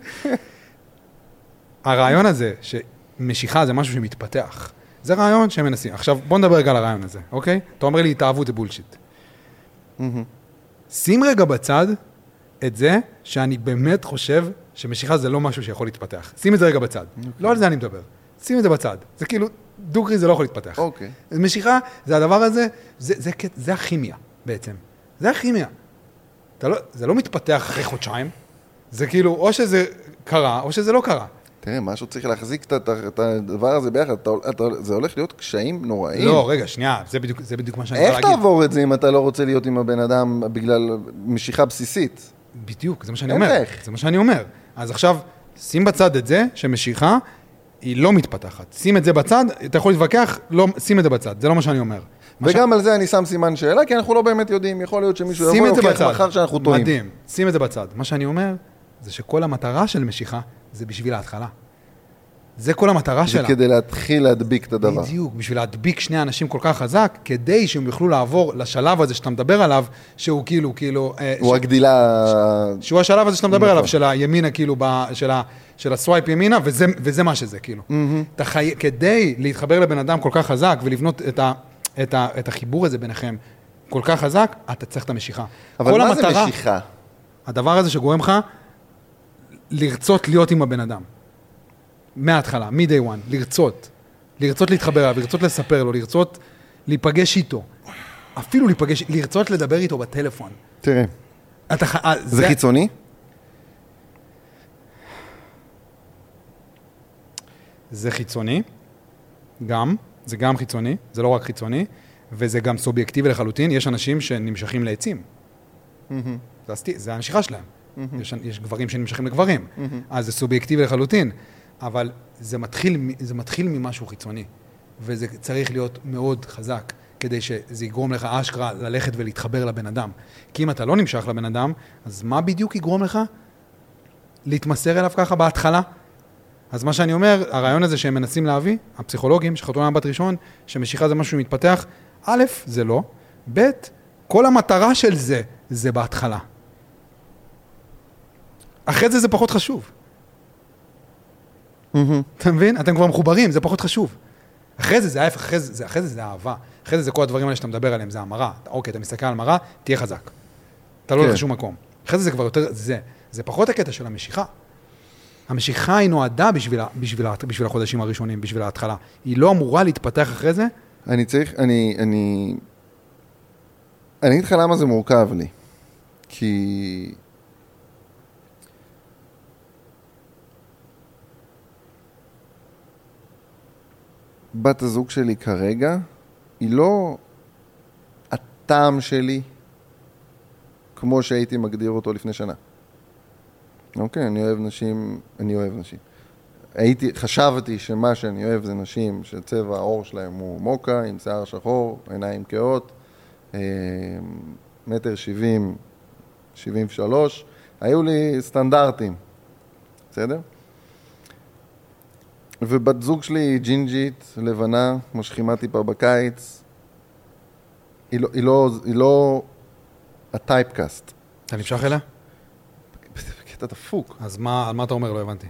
S1: הרעיון הזה, שמשיכה זה משהו שמתפתח, זה רעיון שהם מנסים. עכשיו, בוא נדבר רגע על הרעיון הזה, אוקיי? אתה אומר לי, התאהבות זה בולשיט.
S2: מהחדר.
S1: שים רגע בצד את זה שאני באמת חושב שמשיכה זה לא משהו שיכול להתפתח. שים את זה רגע בצד.
S2: אוקיי.
S1: לא על זה אני מדבר. שים את זה בצד. זה כאילו, דוגרי זה לא יכול להתפתח.
S2: אוקיי.
S1: משיכה זה הדבר הזה, זה, זה, זה, זה הכימיה בעצם. זה הכימיה. אתה לא, זה לא מתפתח אחרי חודשיים. זה כאילו, או שזה קרה, או שזה לא קרה.
S2: תראה, משהו צריך להחזיק את ה- את הדבר הזה ביחד. אתה- אתה- זה הולך להיות קשיים נוראים.
S1: לא, רגע, שנייה, זה בדיוק, זה בדיוק מה שאני רוצה
S2: איך
S1: להגיד.
S2: תעבור את זה אם אתה לא רוצה להיות עם הבן אדם בגלל משיכה בסיסית?
S1: בדיוק, זה מה שאני
S2: אין
S1: אומר.
S2: איך.
S1: זה מה שאני אומר. אז עכשיו, שים בצד את זה שמשיכה היא לא מתפתחת. שים את זה בצד, אתה יכול להתווכח, לא, שים את זה בצד, זה לא מה שאני אומר. מה
S2: וגם על זה אני שם סימן שאלה, כי אנחנו לא באמת יודעים. לא יכול להיות שמישהו
S1: שים
S2: יבוא
S1: את זה
S2: ויוכיח
S1: בצד.
S2: מחר שאנחנו טועים.
S1: מדהים, שים את זה בצד. מה שאני אומר, זה שכל המטרה של משיכה, זה בשביל ההתחלה. זה כל המטרה
S2: זה
S1: שלה.
S2: כדי להתחיל להדביק את הדבר.
S1: בדיוק, בשביל להדביק שני אנשים כל כך חזק, כדי שהם יוכלו לעבור לשלב הזה שאתה מדבר עליו, שהוא כאילו, כאילו... אה,
S2: הוא
S1: ש-
S2: הגדילה...
S1: שהוא השלב הזה שאתה מדבר
S2: נכון.
S1: עליו, של הימינה, כאילו, ב, של, ה, של הסווייפ ימינה, וזה, וזה מה שזה, כאילו. אתה חי... כדי להתחבר לבן אדם כל כך חזק ולבנות את, ה, את, ה, את החיבור הזה ביניכם כל כך חזק, אתה צריך את המשיכה.
S2: אבל
S1: כל
S2: מה זה
S1: המטרה-
S2: משיכה?
S1: הדבר הזה שגורם לך לרצות להיות עם הבן אדם. מההתחלה, מ-day one, לרצות. לרצות להתחבר אליו, לרצות לספר לו, לרצות להיפגש איתו. אפילו להיפגש, לרצות לדבר איתו בטלפון.
S2: תראה,
S1: אתה, ח- אה,
S2: זה חיצוני?
S1: זה חיצוני, גם, זה גם חיצוני, זה לא רק חיצוני, וזה גם סובייקטיבי לחלוטין, יש אנשים שנמשכים לעצים. זה, הסט... זה המשיכה שלהם. יש- יש גברים שנמשכים לגברים, אז זה סובייקטיבי לחלוטין, אבל זה מתחיל, מ- זה מתחיל ממשהו חיצוני, וזה צריך להיות מאוד חזק. כדי שזה יגרום לך אשכרה ללכת ולהתחבר לבן אדם. כי אם אתה לא נמשך לבן אדם, אז מה בדיוק יגרום לך להתמסר אליו ככה בהתחלה. אז מה שאני אומר, הרעיון הזה שהם מנסים להביא, הפסיכולוגים שחתונה בת ראשון, שמשיכה זה משהו שמתפתח, א', זה לא, ב', כל המטרה של זה, זה בהתחלה. אחרי זה זה פחות חשוב, אתה מבין? אתם כבר מחוברים, זה פחות חשוב. אחרי זה זה ההפך, אחרי זה, זה- אחרי זה זה אהבה. אחרי זה זה כל הדברים האלה שאתה מדבר עליהם, זה המרה. אתה- אוקיי, אתה מסתכל על מרה, תהיה חזק. אתה לא הולך
S2: כן.
S1: לשום מקום. אחרי זה זה כבר יותר, זה. זה פחות הקטע של המשיכה. המשיכה היא נועדה בשביל, ה- בשביל, ה- בשביל החודשים הראשונים, בשביל ההתחלה. היא לא אמורה להתפתח אחרי זה.
S2: אני צריך, אני, אני... אני אגיד לך למה זה מורכב לי. כי... בת הזוג שלי כרגע, היא לא הטעם שלי כמו שהייתי מגדיר אותו לפני שנה. אוקיי, אני אוהב נשים, אני אוהב נשים. הייתי, חשבתי שמה שאני אוהב זה נשים שצבע העור שלהם הוא מוקה, עם שיער שחור, עיניים כהות, אה, מטר שבעים, שבעים ושלוש, היו לי סטנדרטים, בסדר? ובת זוג שלי היא ג'ינג'ית, לבנה, משכימה טיפה בקיץ. היא לא, היא לא, היא לא הטייפקאסט.
S1: אתה נמשך אליה?
S2: קטע דפוק.
S1: אז מה, על מה אתה אומר? לא הבנתי.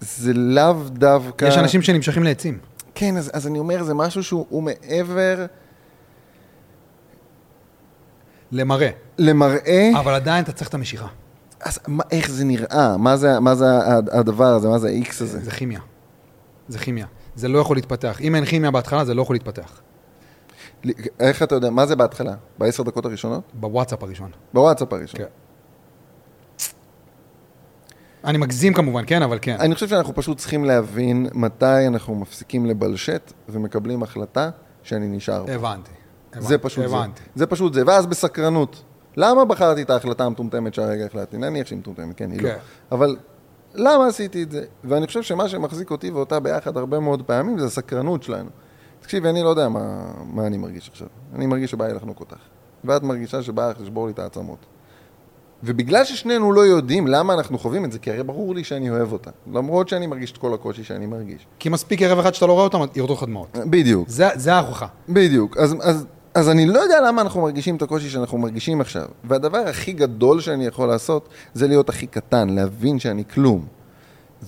S2: זה לאו דווקא...
S1: יש אנשים שנמשכים לעצים.
S2: כן, אז, אז אני אומר, זה משהו שהוא הוא מעבר
S1: למראה.
S2: למראה,
S1: אבל עדיין אתה צריך את המשיכה.
S2: אז מה, איך זה נראה? מה זה, מה זה ה- הדבר הזה? מה זה ה-X הזה?
S1: זה כימיה. זה כימיה. זה לא יכול להתפתח. אם אין כימיה בהתחלה, זה לא יכול להתפתח.
S2: איך אתה יודע, מה זה בהתחלה? בעשר דקות הראשונות?
S1: בוואטסאפ הראשון.
S2: בוואטסאפ הראשון.
S1: כן. אני מגזים כמובן, כן, אבל כן.
S2: אני חושב שאנחנו פשוט צריכים להבין מתי אנחנו מפסיקים לבלשט ומקבלים החלטה שאני נשאר. בה.
S1: הבנתי. הבנתי,
S2: זה פשוט זה.
S1: הבנתי.
S2: זה פשוט זה, ואז בסקרנות. למה בחרתי את ההחלטה המטומטמת שהרגע החלטתי? נניח שהיא מטומטמת, כן, היא לא.
S1: כן.
S2: אבל למה עשיתי את זה? ואני חושב שמה שמחזיק אותי ואותה ביחד הרבה מאוד פעמים זה הסקרנות שלנו. תקשיבי, אני לא יודע מה, מה אני מרגיש עכשיו. אני מרגיש שבא לי לחנוק אותך. ואת מרגישה שבא לך לשבור לי את העצמות. ובגלל ששנינו לא יודעים למה אנחנו חווים את זה, כי הרי ברור לי שאני אוהב אותה. למרות שאני מרגיש את כל הקושי שאני מרגיש.
S1: כי מספיק ערב אחד שאתה לא רואה אותם, ירדו לך דמעות.
S2: בדיוק.
S1: זה זה ההוכחה.
S2: בדיוק. אז, אז, אז אני לא יודע למה אנחנו מרגישים את הקושי שאנחנו מרגישים עכשיו. והדבר הכי גדול שאני יכול לעשות, זה להיות הכי קטן, להבין שאני כלום.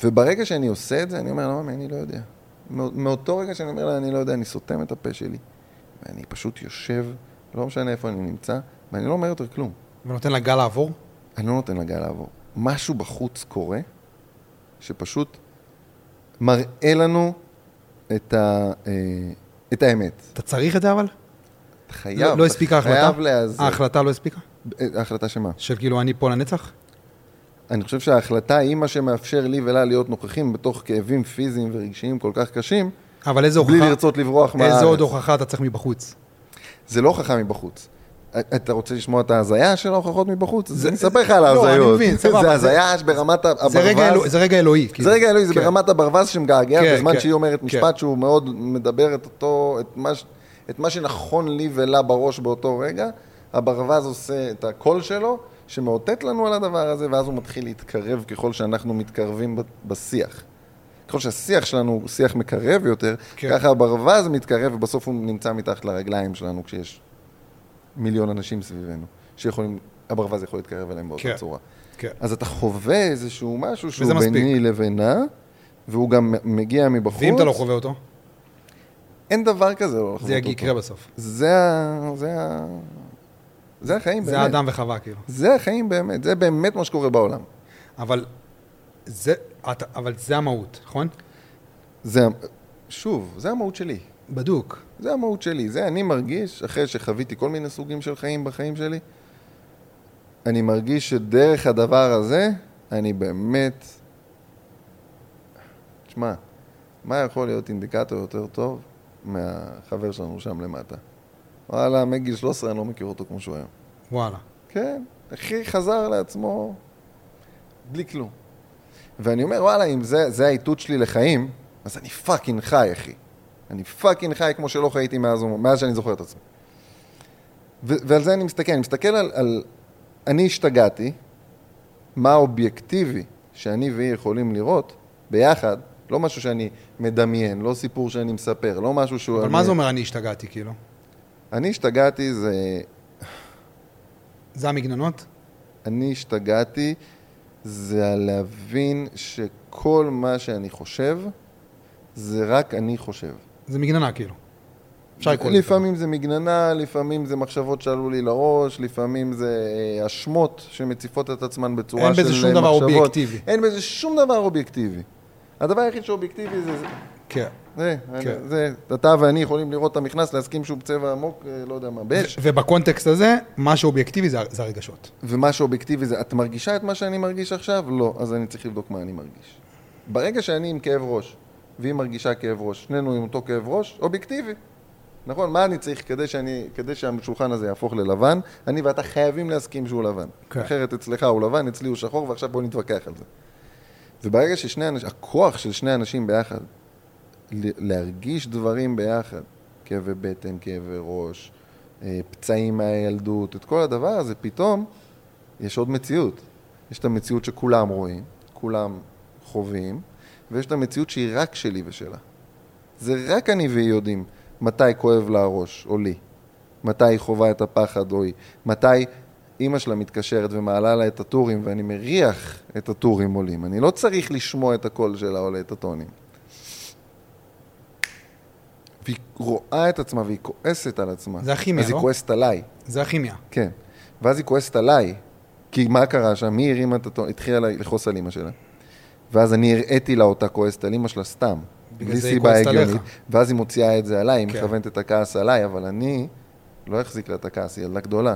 S2: וברגע שאני עושה את זה, אני אומר, לא, מאמי, אני לא יודע. מא- מאותו רגע שאני אומר לה, אני לא יודע, אני סותם את הפה שלי. ואני פשוט יושב, לא משנה איפה אני נמצא, ואני לא אומר יותר כלום.
S1: ונותן לה גל לעבור.
S2: אני לא נותן לגל לעבור. משהו בחוץ קורה, שפשוט מראה לנו את, ה, אה, את האמת.
S1: אתה צריך את זה אבל?
S2: אתה חייב,
S1: לא- לא
S2: אתה
S1: הספיקה ההחלטה?
S2: חייב להיעזר.
S1: ההחלטה לא הספיקה?
S2: אה, ההחלטה שמה?
S1: של כאילו אני פה לנצח?
S2: אני חושב שההחלטה היא מה שמאפשר לי ולה להיות נוכחים בתוך כאבים פיזיים ורגשיים כל כך קשים,
S1: אבל איזה
S2: בלי
S1: הוכחה,
S2: לרצות לברוח מהארץ.
S1: איזה עוד הוכחה אתה צריך מבחוץ?
S2: זה לא הוכחה מבחוץ. א- אתה רוצה לשמוע את ההזיה של ההוכחות מבחוץ? אז
S1: זה-
S2: אני אספר לך
S1: זה-
S2: על
S1: לא, אני
S2: ההזיות.
S1: מבין, סבבה,
S2: זה
S1: זה-
S2: הזיה שברמת הברווז.
S1: זה רגע אלוהי, זה רגע אלוהי.
S2: זה
S1: כאילו.
S2: רגע אלוהי, זה
S1: כן.
S2: ברמת הברווז שמגעגע
S1: כן,
S2: בזמן
S1: כן,
S2: שהיא אומרת
S1: כן.
S2: משפט שהוא מאוד מדבר את אותו, את מה, ש- את מה שנכון לי ולה בראש באותו רגע, הברווז עושה את הקול שלו, שמאותת לנו על הדבר הזה, ואז הוא מתחיל להתקרב ככל שאנחנו מתקרבים ב- בשיח. ככל שהשיח שלנו הוא שיח מקרב יותר,
S1: כן.
S2: ככה הברווז מתקרב ובסוף הוא נמצא מתחת לרגליים שלנו כשיש מיליון אנשים סביבנו, שיכולים, הברווז יכול להתקרב אליהם באותה
S1: כן.
S2: צורה.
S1: כן.
S2: אז אתה חווה איזשהו משהו שהוא
S1: וזה
S2: ביני
S1: מספיק.
S2: לבינה, והוא גם מגיע מבחוץ.
S1: ואם אתה לא חווה אותו,
S2: אין דבר כזה לא לחוות
S1: זה יגיע-
S2: אותו.
S1: יקרה בסוף.
S2: זה ה... זה ה... זה החיים
S1: זה
S2: באמת.
S1: האדם וחווה כאילו.
S2: זה החיים באמת, זה באמת מה שקורה בעולם.
S1: אבל זה, אתה- אבל זה המהות, נכון?
S2: זה... ה- שוב, זה המהות שלי.
S1: בדוק.
S2: זה המהות שלי. זה אני מרגיש, אחרי שחוויתי כל מיני סוגים של חיים בחיים שלי, אני מרגיש שדרך הדבר הזה, אני באמת... תשמע, מה יכול להיות אינדיקטור יותר טוב מהחבר שלנו שם למטה? וואלה, מגיל 13 אני לא מכיר אותו כמו שהוא היום.
S1: וואלה.
S2: כן, אחי חזר לעצמו בלי כלום. ואני אומר, וואלה, אם זה, זה האיתות שלי לחיים, אז אני פאקינג חי, אחי. אני פאקינג חי כמו שלא חייתי מאז, מאז שאני זוכר את עצמי. ו- ועל זה אני מסתכל, אני מסתכל על, על... אני השתגעתי, מה האובייקטיבי שאני והיא יכולים לראות ביחד, לא משהו שאני מדמיין, לא סיפור שאני מספר, לא משהו שהוא...
S1: אבל
S2: אני-
S1: מה זה אומר אני השתגעתי, כאילו?
S2: אני השתגעתי זה...
S1: זה המגננות?
S2: אני השתגעתי זה על להבין שכל מה שאני חושב, זה רק אני חושב.
S1: זה מגננה, כאילו. אפשר לקרוא לזה.
S2: לפעמים זה מגננה, לפעמים זה מחשבות שעלו לי לראש, לפעמים זה אה, אשמות שמציפות את עצמן בצורה של אה,
S1: אין
S2: מחשבות.
S1: בזה שום דבר אובייקטיבי.
S2: אין בזה שום דבר אובייקטיבי. הדבר היחיד שאובייקטיבי זה...
S1: כן.
S2: זה,
S1: כן.
S2: זה, אתה ואני יכולים לראות את המכנס, להסכים שהוא בצבע עמוק, אה, לא יודע מה, באש.
S1: ו- ובקונטקסט הזה, מה שאובייקטיבי זה זה הרגשות.
S2: ומה שאובייקטיבי זה, את מרגישה את מה שאני מרגיש עכשיו? לא, אז אני צריך לבדוק מה אני מרגיש. ברגע שאני עם כאב ראש, והיא מרגישה כאב ראש, שנינו עם אותו כאב ראש, אובייקטיבי. נכון, מה אני צריך כדי, שאני, כדי שהשולחן הזה יהפוך ללבן? אני ואתה חייבים להסכים שהוא לבן.
S1: כן.
S2: כן. אחרת אצלך הוא לבן, אצלי הוא שחור, ועכשיו בואו נתווכח על זה. וברגע ששני אנשים, הכוח של שני אנשים ביחד, ל- להרגיש דברים ביחד, כאבי בטן, כאבי ראש, אה, פצעים מהילדות, את כל הדבר הזה, פתאום יש עוד מציאות. יש את המציאות שכולם רואים, כולם חווים, ויש את המציאות שהיא רק שלי ושלה. זה רק אני והיא יודעים מתי כואב לה הראש, או לי. מתי היא חווה את הפחד, או היא. מתי אימא שלה מתקשרת ומעלה לה את הטורים, ואני מריח את הטורים עולים. אני לא צריך לשמוע את הקול שלה עולה את הטונים. והיא רואה את עצמה והיא כועסת על עצמה.
S1: זה הכימיה,
S2: אז היא
S1: לא?
S2: כועסת עליי.
S1: זה הכימיה.
S2: כן. ואז היא כועסת עליי, כי מה קרה שם? מי הרימה את הטון? התחילה לה- לכעוס על אימא שלה. ואז אני הראיתי לה אותה כועסת על אימא שלה סתם.
S1: בגלל
S2: בלי
S1: זה היא
S2: סיבה
S1: כועסת עליך.
S2: הגיונית. ואז היא מוציאה את זה עליי, היא
S1: כן.
S2: מכוונת את הכעס עליי, אבל אני לא אחזיק לה את הכעס, היא ילדה גדולה.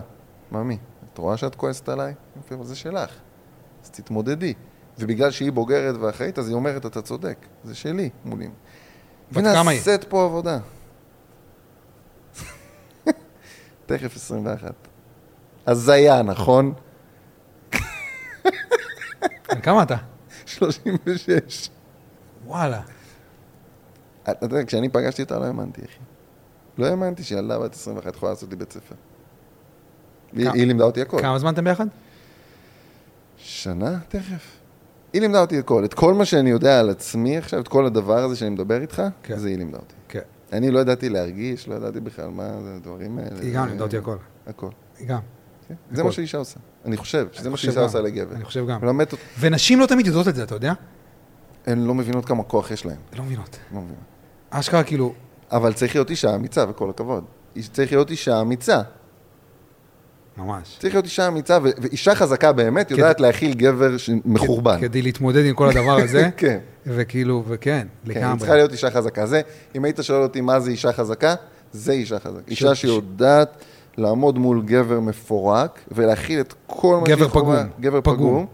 S2: ממי, את רואה שאת כועסת עליי? יופי, אבל זה שלך. אז תתמודדי. ובגלל שהיא בוגרת ואחראית, אז היא אומרת, אתה צודק, זה שלי מולים.
S1: בת כמה היא?
S2: ונעשית פה עבודה. תכף 21. הזיה, נכון?
S1: בן כמה אתה?
S2: 36.
S1: וואלה.
S2: כן. אה, אתה יודע, כשאני פגשתי אותה לא האמנתי, אחי. לא האמנתי שילדה בת 21 יכולה לעשות לי בית ספר. היא
S1: כמה-
S2: היא לימדה אותי הכל.
S1: כמה זמן אתם ביחד?
S2: שנה תכף. היא לימדה אותי הכל. את כל מה שאני יודע על עצמי עכשיו, את כל הדבר הזה שאני מדבר איתך,
S1: כן.
S2: זה היא לימדה אותי.
S1: כן.
S2: אני לא ידעתי להרגיש, לא ידעתי בכלל מה זה הדברים האלה.
S1: היא גם לימדה אותי הכל.
S2: הכל.
S1: היא גם.
S2: כן. זה
S1: הכל.
S2: מה שאישה עושה. אני חושב שזה
S1: אני
S2: מה
S1: חושב
S2: שאישה
S1: גם.
S2: עושה לגבר.
S1: אני חושב גם.
S2: מלמדת אותו.
S1: ונשים לא תמיד יודעות את זה, אתה יודע?
S2: הן לא מבינות כמה כוח יש להן.
S1: לא מבינות.
S2: לא מבינות.
S1: אשכרה כאילו,
S2: אבל צריך להיות אישה אמיצה, וכל הכבוד. איש- צריך להיות אישה אמיצה.
S1: ממש.
S2: צריך להיות אישה אמיצה, ו- ואישה חזקה באמת יודעת להכיל גבר ש- מחורבן.
S1: כדי להתמודד עם כל הדבר הזה.
S2: כן.
S1: וכאילו, וכן,
S2: כן, היא
S1: לגמרי.
S2: צריכה להיות אישה חזקה. זה, אם היית שואל אותי מה זה אישה חזקה, זה אישה חזקה. אישה
S1: ש-
S2: שיודעת לעמוד מול גבר מפורק, ולהכיל את כל מה
S1: גבר
S2: שהיא חווה.
S1: פגום.
S2: גבר
S1: פגום.
S2: פגום.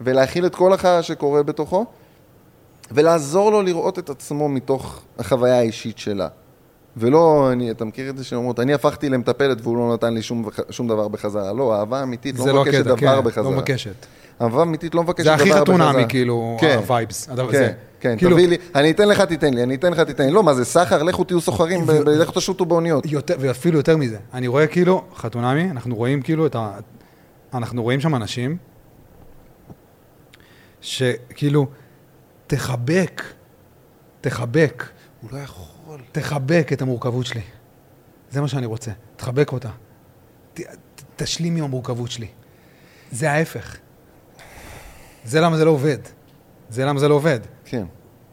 S2: ולהכיל את כל החרא שקורה בתוכו, ולעזור לו לראות את עצמו מתוך החוויה האישית שלה. ולא, אני, אתה מכיר את זה שאומרות, אני הפכתי למטפלת והוא לא נתן לי שום, וח- שום דבר בחזרה. לא, אהבה אמיתית
S1: זה
S2: לא
S1: לא
S2: מבקשת
S1: הקטע,
S2: דבר
S1: כן,
S2: בחזרה.
S1: לא מבקשת.
S2: אהבה אמיתית לא מבקשת
S1: זה
S2: דבר
S1: הכי
S2: בחזרה.
S1: חתונמי, כאילו,
S2: כן.
S1: הווייבס. הדבר
S2: כן,
S1: הזה.
S2: כן,
S1: כאילו,
S2: תביא לי, אני אתן לך, תיתן לי, אני אתן לך, תיתן לי. לא, מה זה, סחר? לכו תהיו סוחרים, ב- ב- לכו תשוטו באוניות.
S1: יותר, ואפילו יותר מזה, אני רואה כאילו, חתונמי, אנחנו רואים כאילו את ה... אנחנו רואים שם אנשים שכאילו, תחבק, תחבק,
S2: הוא לא יכול.
S1: תחבק את המורכבות שלי. זה מה שאני רוצה, תחבק אותה. ת, ת, תשלים עם המורכבות שלי. זה ההפך. זה למה זה לא עובד. זה למה זה לא עובד.
S2: כן.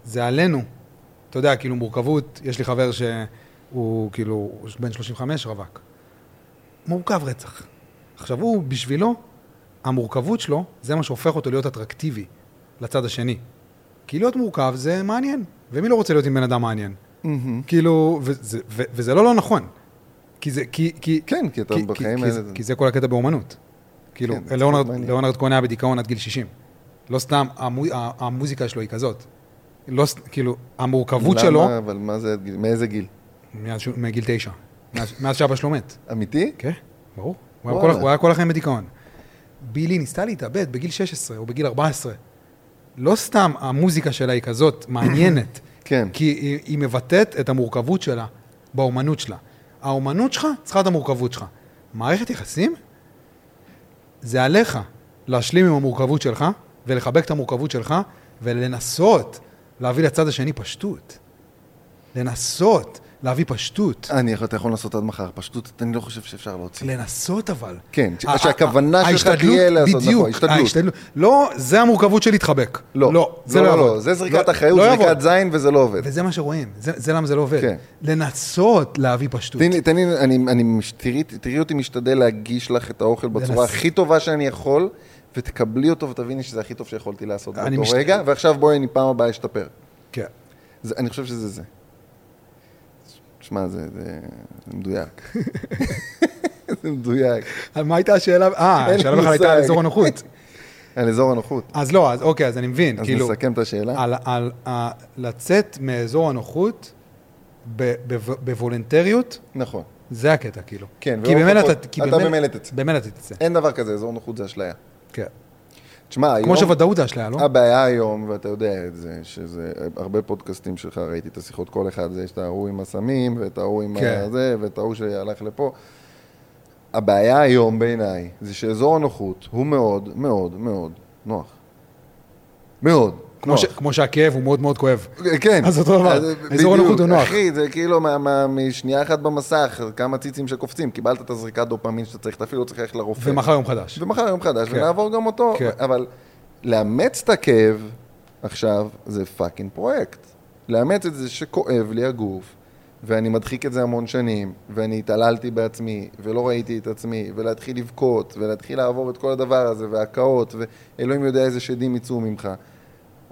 S1: זה עלינו. אתה יודע, כאילו מורכבות, יש לי חבר שהוא כאילו הוא בן 35 רווק. מורכב רצח. עכשיו הוא, בשבילו, המורכבות שלו, זה מה שהופך אותו להיות אטרקטיבי לצד השני. כי להיות מורכב זה מעניין, ומי לא רוצה להיות עם בן אדם מעניין?
S2: מהמם.
S1: כאילו, וזה, ו, וזה לא לא נכון. כי זה, כי, כי,
S2: כן, כי אתה
S1: כי, כי,
S2: בחיים
S1: כי, זה-
S2: האלה...
S1: כי זה כל הקטע באומנות. כאילו,
S2: כן, זה
S1: ליאונרד-
S2: מעניין.
S1: ליאונרד כהן היה בדיכאון עד גיל 60. לא סתם, המו, ה- המוזיקה שלו היא כזאת. לא, ס- כאילו, המורכבות
S2: למה,
S1: שלו,
S2: אבל מה זה, מאיזה גיל?
S1: מאז שהוא- מגיל תשע, מאז- מאז שאבא שלו מת.
S2: אמיתי?
S1: כן, ברור. הוא היה
S2: וואלה.
S1: כל- הוא היה כל החיים בדיכאון. בילי ניסתה להתאבד בגיל 16 או בגיל 14. לא סתם המוזיקה שלה היא כזאת מעניינת,
S2: כן.
S1: כי היא, היא מבטאת את המורכבות שלה באומנות שלה. האומנות שלך צריכה את המורכבות שלך. מערכת יחסים? זה עליך להשלים עם המורכבות שלך ולחבק את המורכבות שלך ולנסות להביא לצד השני פשטות. לנסות להביא פשטות.
S2: אני יכול, אתה יכול לעשות עד מחר, פשטות, אני לא חושב שאפשר להוציא.
S1: לנסות אבל.
S2: כן,
S1: ה- ה-
S2: שהכוונה שלך
S1: ההשתדלות,
S2: תהיה לעשות, נכון,
S1: בדיוק,
S2: השתדלות.
S1: ההשתדלות. לא, זה המורכבות של להתחבק.
S2: לא,
S1: לא, זה
S2: לא,
S1: לא
S2: לא,
S1: יעבוד.
S2: לא, זה זריקת
S1: לא-
S2: אחריות,
S1: לא
S2: זריקת
S1: יעבוד.
S2: זין, וזה לא עובד.
S1: וזה מה שרואים, זה זה למה זה לא עובד.
S2: כן.
S1: לנסות להביא פשטות.
S2: תני לי, תני לי, אני, אני, מש- תראי, תראי אותי משתדל להגיש לך את האוכל בצורה
S1: לס-
S2: הכי טובה שאני יכול, ותקבלי אותו ותביני שזה הכי טוב שיכולתי לעשות
S1: אני
S2: באותו
S1: משת-
S2: רגע, ועכשיו בואי אני פעם הבאה אשתפר.
S1: כן.
S2: זה, אני חושב שזה זה. שמע, זה, זה, זה מדויק. זה מדויק.
S1: על מה הייתה השאלה? אה,
S2: אין לי
S1: השאלה בכלל הייתה
S2: מושג.
S1: על אזור הנוחות.
S2: על אזור הנוחות.
S1: אז לא, אז אוקיי, אז אני מבין.
S2: אז
S1: כאילו,
S2: נסכם את השאלה.
S1: על, על, על לצאת מאזור הנוחות ב- בו- בוולונטריות,
S2: נכון.
S1: זה הקטע, כאילו.
S2: כן,
S1: כי
S2: ואור
S1: במילא
S2: חפות,
S1: אתה... כי
S2: אתה במילא תצא.
S1: במילא אתה תצא,
S2: אין דבר כזה, אזור נוחות זה אשליה.
S1: כן.
S2: תשמע, היום...
S1: כמו שוודאות זה אשליה, לא?
S2: הבעיה היום, ואתה יודע את זה, שזה הרבה פודקאסטים שלך, ראיתי את השיחות, כל אחד זה, יש את ההוא עם הסמים, ואת ההוא עם
S1: כן.
S2: הזה, ואת ההוא שהלך לפה. הבעיה היום בעיניי, זה שאזור הנוחות הוא מאוד מאוד מאוד נוח. מאוד.
S1: כמו, ש, כמו שהכאב הוא מאוד מאוד כואב.
S2: כן.
S1: אז אותו דבר,
S2: אז,
S1: אזור הנוחות הוא
S2: בדיוק,
S1: נוח.
S2: אחי, זה כאילו מה- מה- משנייה אחת במסך, כמה ציצים שקופצים, קיבלת את הזריקת דופמין שאתה צריך, אתה אפילו לא צריך ללכת לרופא.
S1: ומחר יום חדש.
S2: ומחר יום חדש,
S1: כן.
S2: ונעבור גם אותו.
S1: כן.
S2: אבל לאמץ את הכאב עכשיו, זה פאקינג פרויקט. לאמץ את זה שכואב לי הגוף, ואני מדחיק את זה המון שנים, ואני התעללתי בעצמי, ולא ראיתי את עצמי, ולהתחיל לבכות, ולהתחיל לעבור את כל הדבר הזה, והקאות, ואלוהים יודע איזה שדים יצאו ממך.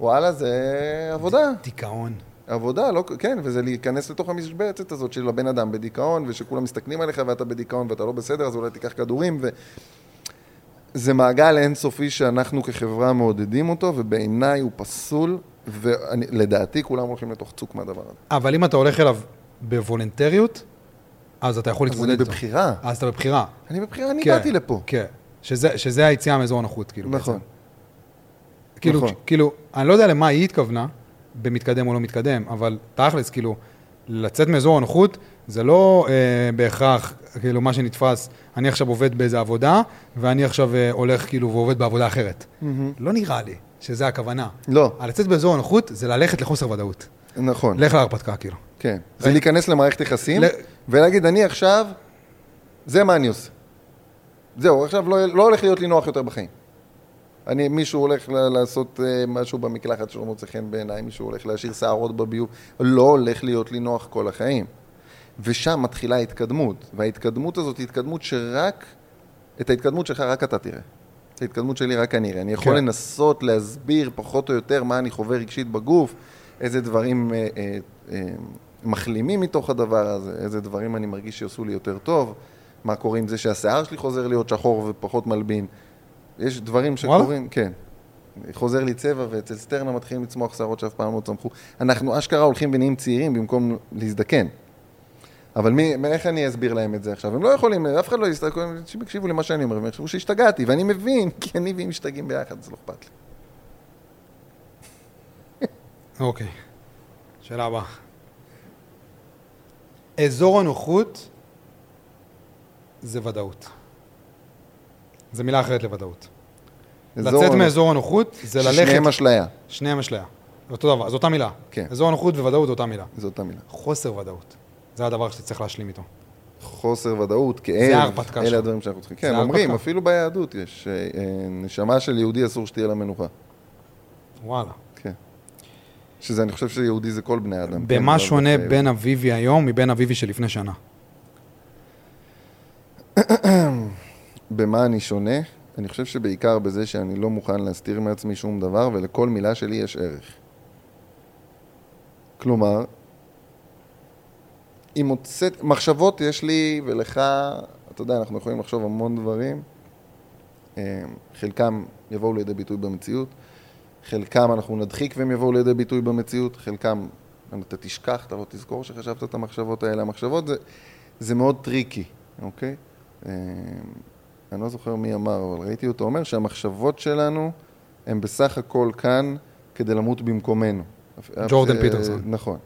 S2: וואלה, זה עבודה.
S1: דיכאון.
S2: עבודה, לא, כן, וזה להיכנס לתוך המשבצת הזאת של הבן אדם בדיכאון, ושכולם מסתכלים עליך ואתה בדיכאון ואתה לא בסדר, אז אולי תיקח כדורים, ו... זה מעגל אינסופי שאנחנו כחברה מעודדים אותו, ובעיניי הוא פסול, ולדעתי כולם הולכים לתוך צוק מהדבר הזה.
S1: אבל אם אתה הולך אליו בוולונטריות, אז אתה יכול
S2: אז אני
S1: להתמודד איתו.
S2: בבחירה,
S1: אז אתה בבחירה.
S2: אני בבחירה, אני
S1: כן,
S2: באתי לפה.
S1: כן. שזה, שזה היציאה מאזור הנוחות, כאילו.
S2: נכון.
S1: בעצם. כאילו,
S2: נכון.
S1: כאילו, אני לא יודע למה היא התכוונה, במתקדם או לא מתקדם, אבל תכלס, כאילו, לצאת מאזור הנוחות, זה לא אה, בהכרח, כאילו, מה שנתפס, אני עכשיו עובד באיזה עבודה, ואני עכשיו אה, הולך, כאילו, ועובד בעבודה אחרת.
S2: מהמם.
S1: לא נראה לי שזה הכוונה.
S2: לא,
S1: אה, לצאת באזור הנוחות זה ללכת לחוסר ודאות.
S2: נכון,
S1: לך להרפתקה, כאילו.
S2: כן. זה להיכנס למערכת יחסים,
S1: ל-
S2: ולהגיד, אני עכשיו, זה מה אני עושה. זהו, עכשיו לא, לא הולך להיות לי נוח יותר בחיים. אני, מישהו הולך ל- לעשות אה, משהו במקלחת שלא מוצא חן בעיניי, מישהו הולך להשאיר שערות בביוב, לא הולך להיות לי נוח כל החיים. ושם מתחילה ההתקדמות, וההתקדמות הזאת היא התקדמות שרק, את ההתקדמות שלך רק אתה תראה. את ההתקדמות שלי רק אני אראה. אני יכול
S1: כן.
S2: לנסות להסביר פחות או יותר מה אני חווה רגשית בגוף, איזה דברים אה, אה, אה, מחלימים מתוך הדבר הזה, איזה דברים אני מרגיש שיעשו לי יותר טוב, מה קורה עם זה שהשיער שלי חוזר להיות שחור ופחות מלבין. יש דברים
S1: וואלה?
S2: שקורים, כן. חוזר לי צבע, ואצל סטרנה מתחילים לצמוח שערות שאף פעם לא צמחו. אנחנו אשכרה הולכים ונהיים צעירים במקום להזדקן. אבל מי, מה- איך אני אסביר להם את זה עכשיו? הם לא יכולים, אף אחד לא יסתכל, אנשים יקשיבו למה שאני אומר, והם יחשבו שהשתגעתי, ואני מבין, כי אני והם משתגעים ביחד, זה לא אכפת לי.
S1: אוקיי. שאלה הבאה. אזור הנוחות זה ודאות. זה מילה אחרת לוודאות.
S2: אזור
S1: לצאת
S2: הנוחות,
S1: מאזור הנוחות זה
S2: ששניהם
S1: ללכת...
S2: אשליה,
S1: שניהם אשליה. זה אותו דבר, זו אותה מילה.
S2: כן.
S1: אזור הנוחות וודאות זו אותה מילה.
S2: זו אותה מילה.
S1: חוסר ודאות. זה הדבר שאתה צריך להשלים איתו.
S2: חוסר ודאות, כאב,
S1: זה ההרפתקה
S2: אלה
S1: שלך.
S2: הדברים שאנחנו צריכים. כן,
S1: זה
S2: אומרים,
S1: ההרפתקה.
S2: אפילו ביהדות יש, אה, אה, נשמה של יהודי אסור שתהיה לה מנוחה.
S1: וואלה.
S2: כן. שזה, אני חושב שיהודי זה כל בני האדם. כן,
S1: במה
S2: אבל-
S1: שונה בן אביבי היום מבין אביבי שלפני שנה?
S2: במה אני שונה? אני חושב שבעיקר בזה שאני לא מוכן להסתיר מעצמי שום דבר, ולכל מילה שלי יש ערך. כלומר, אם מוצאת... מחשבות יש לי ולך, אתה יודע, אנחנו יכולים לחשוב המון דברים. אה, חלקם יבואו לידי ביטוי במציאות, חלקם אנחנו נדחיק והם יבואו לידי ביטוי במציאות, חלקם אתה תשכח, אתה לא תזכור שחשבת את המחשבות האלה. המחשבות זה, זה מאוד טריקי, אוקיי? אה, אני לא זוכר מי אמר, אבל ראיתי אותו אומר שהמחשבות שלנו הן בסך הכל כאן כדי למות במקומנו. אף- אף-
S1: ג'ורדן
S2: אה,
S1: פיטרסון.
S2: נכון.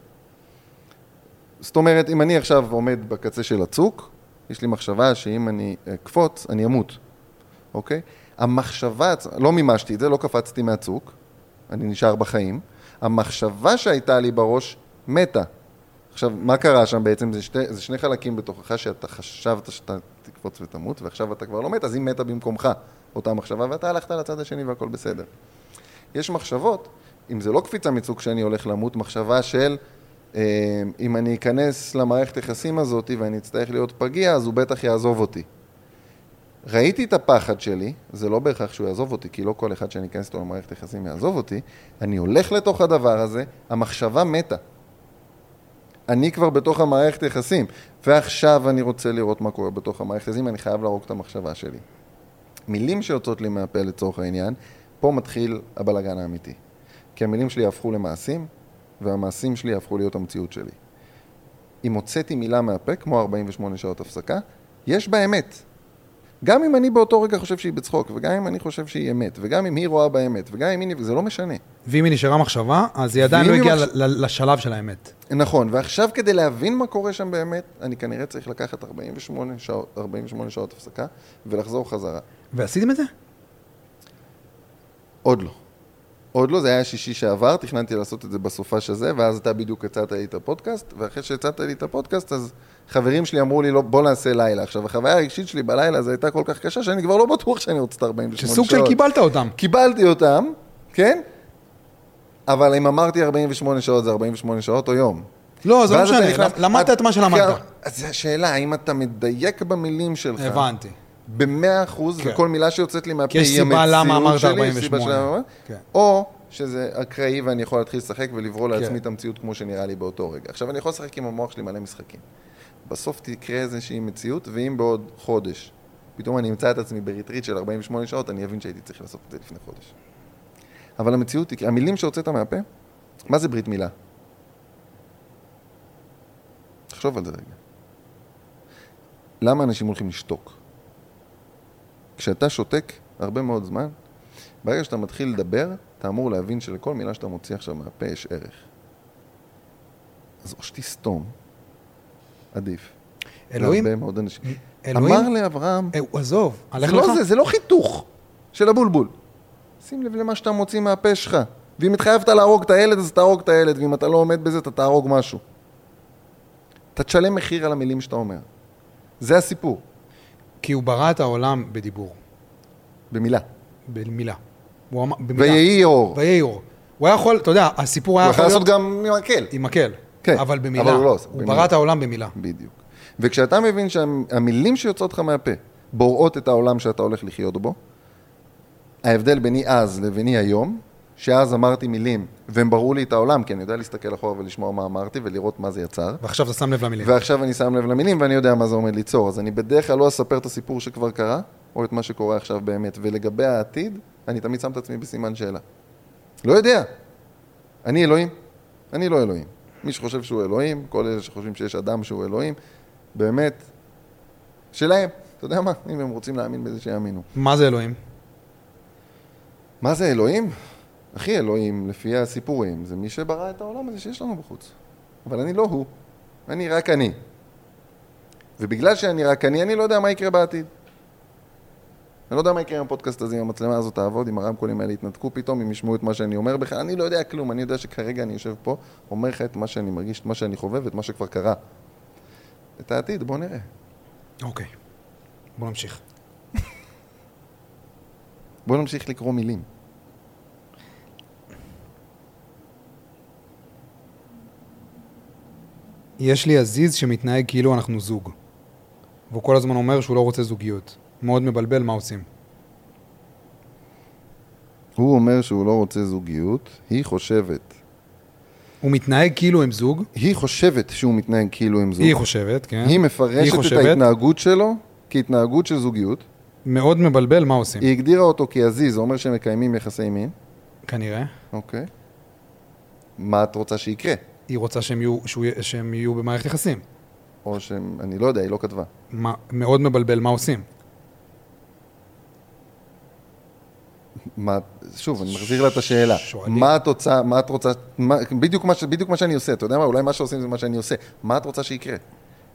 S2: זאת אומרת, אם אני עכשיו עומד בקצה של הצוק, יש לי מחשבה שאם אני אקפוץ, אני אמות, אוקיי? המחשבה, עצ- לא מימשתי את זה, לא קפצתי מהצוק, אני נשאר בחיים. המחשבה שהייתה לי בראש מתה. עכשיו, מה קרה שם בעצם? זה, שתי, זה שני חלקים בתוכך שאתה חשבת שאתה תקפוץ ותמות, ועכשיו אתה כבר לא מת, אז היא מתה במקומך, אותה מחשבה, ואתה הלכת לצד השני והכל בסדר. יש מחשבות, אם זה לא קפיצה מצוק שאני הולך למות, מחשבה של אה, אם אני אכנס למערכת היחסים הזאת ואני אצטרך להיות פגיע, אז הוא בטח יעזוב אותי. ראיתי את הפחד שלי, זה לא בהכרח שהוא יעזוב אותי, כי לא כל אחד שאני אכנס איתו למערכת היחסים יעזוב אותי, אני הולך לתוך הדבר הזה, המחשבה מתה. אני כבר בתוך המערכת יחסים, ועכשיו אני רוצה לראות מה קורה בתוך המערכת יחסים, אני חייב להרוג את המחשבה שלי. מילים שיוצאות לי מהפה לצורך העניין, פה מתחיל הבלגן האמיתי. כי המילים שלי יהפכו למעשים, והמעשים שלי יהפכו להיות המציאות שלי. אם הוצאתי מילה מהפה, כמו 48 שעות הפסקה, יש בה אמת. גם אם אני באותו רגע חושב שהיא בצחוק, וגם אם אני חושב שהיא אמת, וגם אם היא רואה בה אמת, וגם אם היא... נפ- זה לא משנה.
S1: ואם היא נשארה מחשבה, אז היא עדיין
S2: ואם
S1: לא
S2: היא
S1: הגיעה
S2: מחש-
S1: ל- ל- לשלב של האמת.
S2: נכון, ועכשיו כדי להבין מה קורה שם באמת, אני כנראה צריך לקחת 48 שעות, 48 שעות הפסקה ולחזור חזרה.
S1: ועשיתם את זה?
S2: עוד לא. עוד לא, זה היה שישי שעבר, תכננתי לעשות את זה בסופש הזה, ואז אתה בדיוק הצעת לי את הפודקאסט, ואחרי שהצעת לי את הפודקאסט, אז חברים שלי אמרו לי, לא, בוא נעשה לילה. עכשיו, החוויה הרגשית שלי בלילה זו הייתה כל כך קשה, שאני כבר לא בטוח שאני רוצה את 48
S1: שסוג
S2: שעות.
S1: של קיבלת אותם.
S2: קיבלתי אותם, כן? אבל אם אמרתי 48 שעות, זה 48 שעות או יום.
S1: לא, זה לא
S2: ואז אתה
S1: משנה,
S2: נכנס-
S1: למ- למדת את מה שלמדת.
S2: כן, אז זו השאלה, האם אתה מדייק במילים שלך?
S1: הבנתי.
S2: במאה אחוז,
S1: כן.
S2: וכל מילה שיוצאת לי מהפה
S1: כי יש
S2: היא
S1: סיבה
S2: המציאות
S1: למה אמרת
S2: שלי, יש סיבה
S1: 48.
S2: של-
S1: כן.
S2: או שזה אקראי ואני יכול להתחיל לשחק ולברוא
S1: כן.
S2: לעצמי את המציאות כמו שנראה לי באותו רגע. עכשיו, אני יכול לשחק עם המוח שלי מלא משחקים. בסוף תקרה איזושהי מציאות, ואם בעוד חודש פתאום אני אמצא את עצמי בריטריט של 48 שעות, אני אבין שהייתי צריך לעשות את זה לפני חודש. אבל המציאות, תקרה- המילים שהוצאת מהפה, מה זה ברית מילה? תחשוב על זה רגע. למה אנשים הולכים לשתוק? כשאתה שותק הרבה מאוד זמן, ברגע שאתה מתחיל לדבר, אתה אמור להבין שלכל מילה שאתה מוציא עכשיו מהפה יש ערך. אז או שתסתום, עדיף. לא,
S1: אלוהים,
S2: להרבה מאוד אנשים.
S1: אלוהים-
S2: אמר לאברהם,
S1: אה, הוא- עזוב, הלך
S2: זה לא,
S1: לך?
S2: זה, זה לא חיתוך של הבולבול. שים לב למה שאתה מוציא מהפה שלך. ואם התחייבת להרוג את הילד, אז תהרוג את הילד, ואם אתה לא עומד בזה, אתה תהרוג משהו. אתה תשלם מחיר על המילים שאתה אומר. זה הסיפור,
S1: כי הוא ברא את העולם בדיבור,
S2: במילה.
S1: במילה. הוא אמר, במילה.
S2: ויהי אור.
S1: ויהי אור. הוא היה יכול, אתה יודע, הסיפור
S2: הוא
S1: היה
S2: יכול
S1: יכול להיות
S2: לעשות גם מקל.
S1: עם מקל.
S2: כן,
S1: אבל במילה.
S2: אבל הוא לא עושה,
S1: הוא
S2: במילה.
S1: ברא את העולם במילה.
S2: בדיוק. וכשאתה מבין שהמילים שיוצאות לך מהפה בוראות את העולם שאתה הולך לחיות בו, ההבדל ביני אז לביני היום, שאז אמרתי מילים והם בראו לי את העולם, כי אני יודע להסתכל אחורה ולשמוע מה אמרתי ולראות מה זה יצר,
S1: ועכשיו אתה שם לב למילים.
S2: ועכשיו אני שם לב למילים ואני יודע מה זה עומד ליצור, אז אני בדרך כלל לא אספר את הסיפור שכבר קרה, או את מה שקורה עכשיו באמת, ולגבי העתיד, אני תמיד שם את עצמי בסימן שאלה. לא יודע. אני אלוהים? אני לא אלוהים. מי שחושב שהוא אלוהים, כל אלה שחושבים שיש אדם שהוא אלוהים, באמת, שלהם. אתה יודע מה? אם הם רוצים להאמין בזה, שיאמינו.
S1: מה זה אלוהים?
S2: מה זה אלוהים? אחי אלוהים, לפי הסיפורים, זה מי שברא את העולם הזה שיש לנו בחוץ. אבל אני לא הוא, אני רק אני. ובגלל שאני רק אני, אני לא יודע מה יקרה בעתיד. אני לא יודע מה יקרה עם הפודקאסט הזה, אם המצלמה הזאת תעבוד, אם הרמקולים האלה יתנתקו פתאום, אם ישמעו את מה שאני אומר בכלל, אני לא יודע כלום, אני יודע שכרגע אני יושב פה, אומר לך את מה שאני מרגיש, את מה שאני חווה ואת מה שכבר קרה. את העתיד, בוא נראה.
S1: אוקיי. בוא נמשיך.
S2: בוא נמשיך לקרוא מילים.
S1: יש לי עזיז שמתנהג כאילו אנחנו זוג. והוא כל הזמן אומר שהוא לא רוצה זוגיות. מאוד מבלבל מה עושים.
S2: הוא אומר שהוא לא רוצה זוגיות, היא חושבת
S1: הוא מתנהג כאילו הם זוג,
S2: היא חושבת שהוא מתנהג כאילו הם זוג.
S1: היא חושבת, כן.
S2: היא מפרשת
S1: היא
S2: את
S1: חושבת.
S2: ההתנהגות שלו כהתנהגות של זוגיות.
S1: מאוד מבלבל מה עושים,
S2: היא הגדירה אותו כעזיז, זה אומר שהם מקיימים יחסי מין.
S1: כנראה.
S2: אוקיי. מה את רוצה שיקרה?
S1: היא רוצה שהם יהיו, שהוא, יהיה- שהם יהיו במערכת יחסים.
S2: או שהם, אני לא יודע, היא לא כתבה.
S1: מה, מאוד מבלבל מה עושים.
S2: מה, שוב, אני מחזיר לה את השאלה.
S1: שואלים.
S2: מה את רוצה, מה את רוצה, מה, בדיוק, מה, ש- בדיוק מה שאני עושה, אתה יודע מה, אולי מה שעושים זה מה שאני עושה. מה את רוצה שיקרה?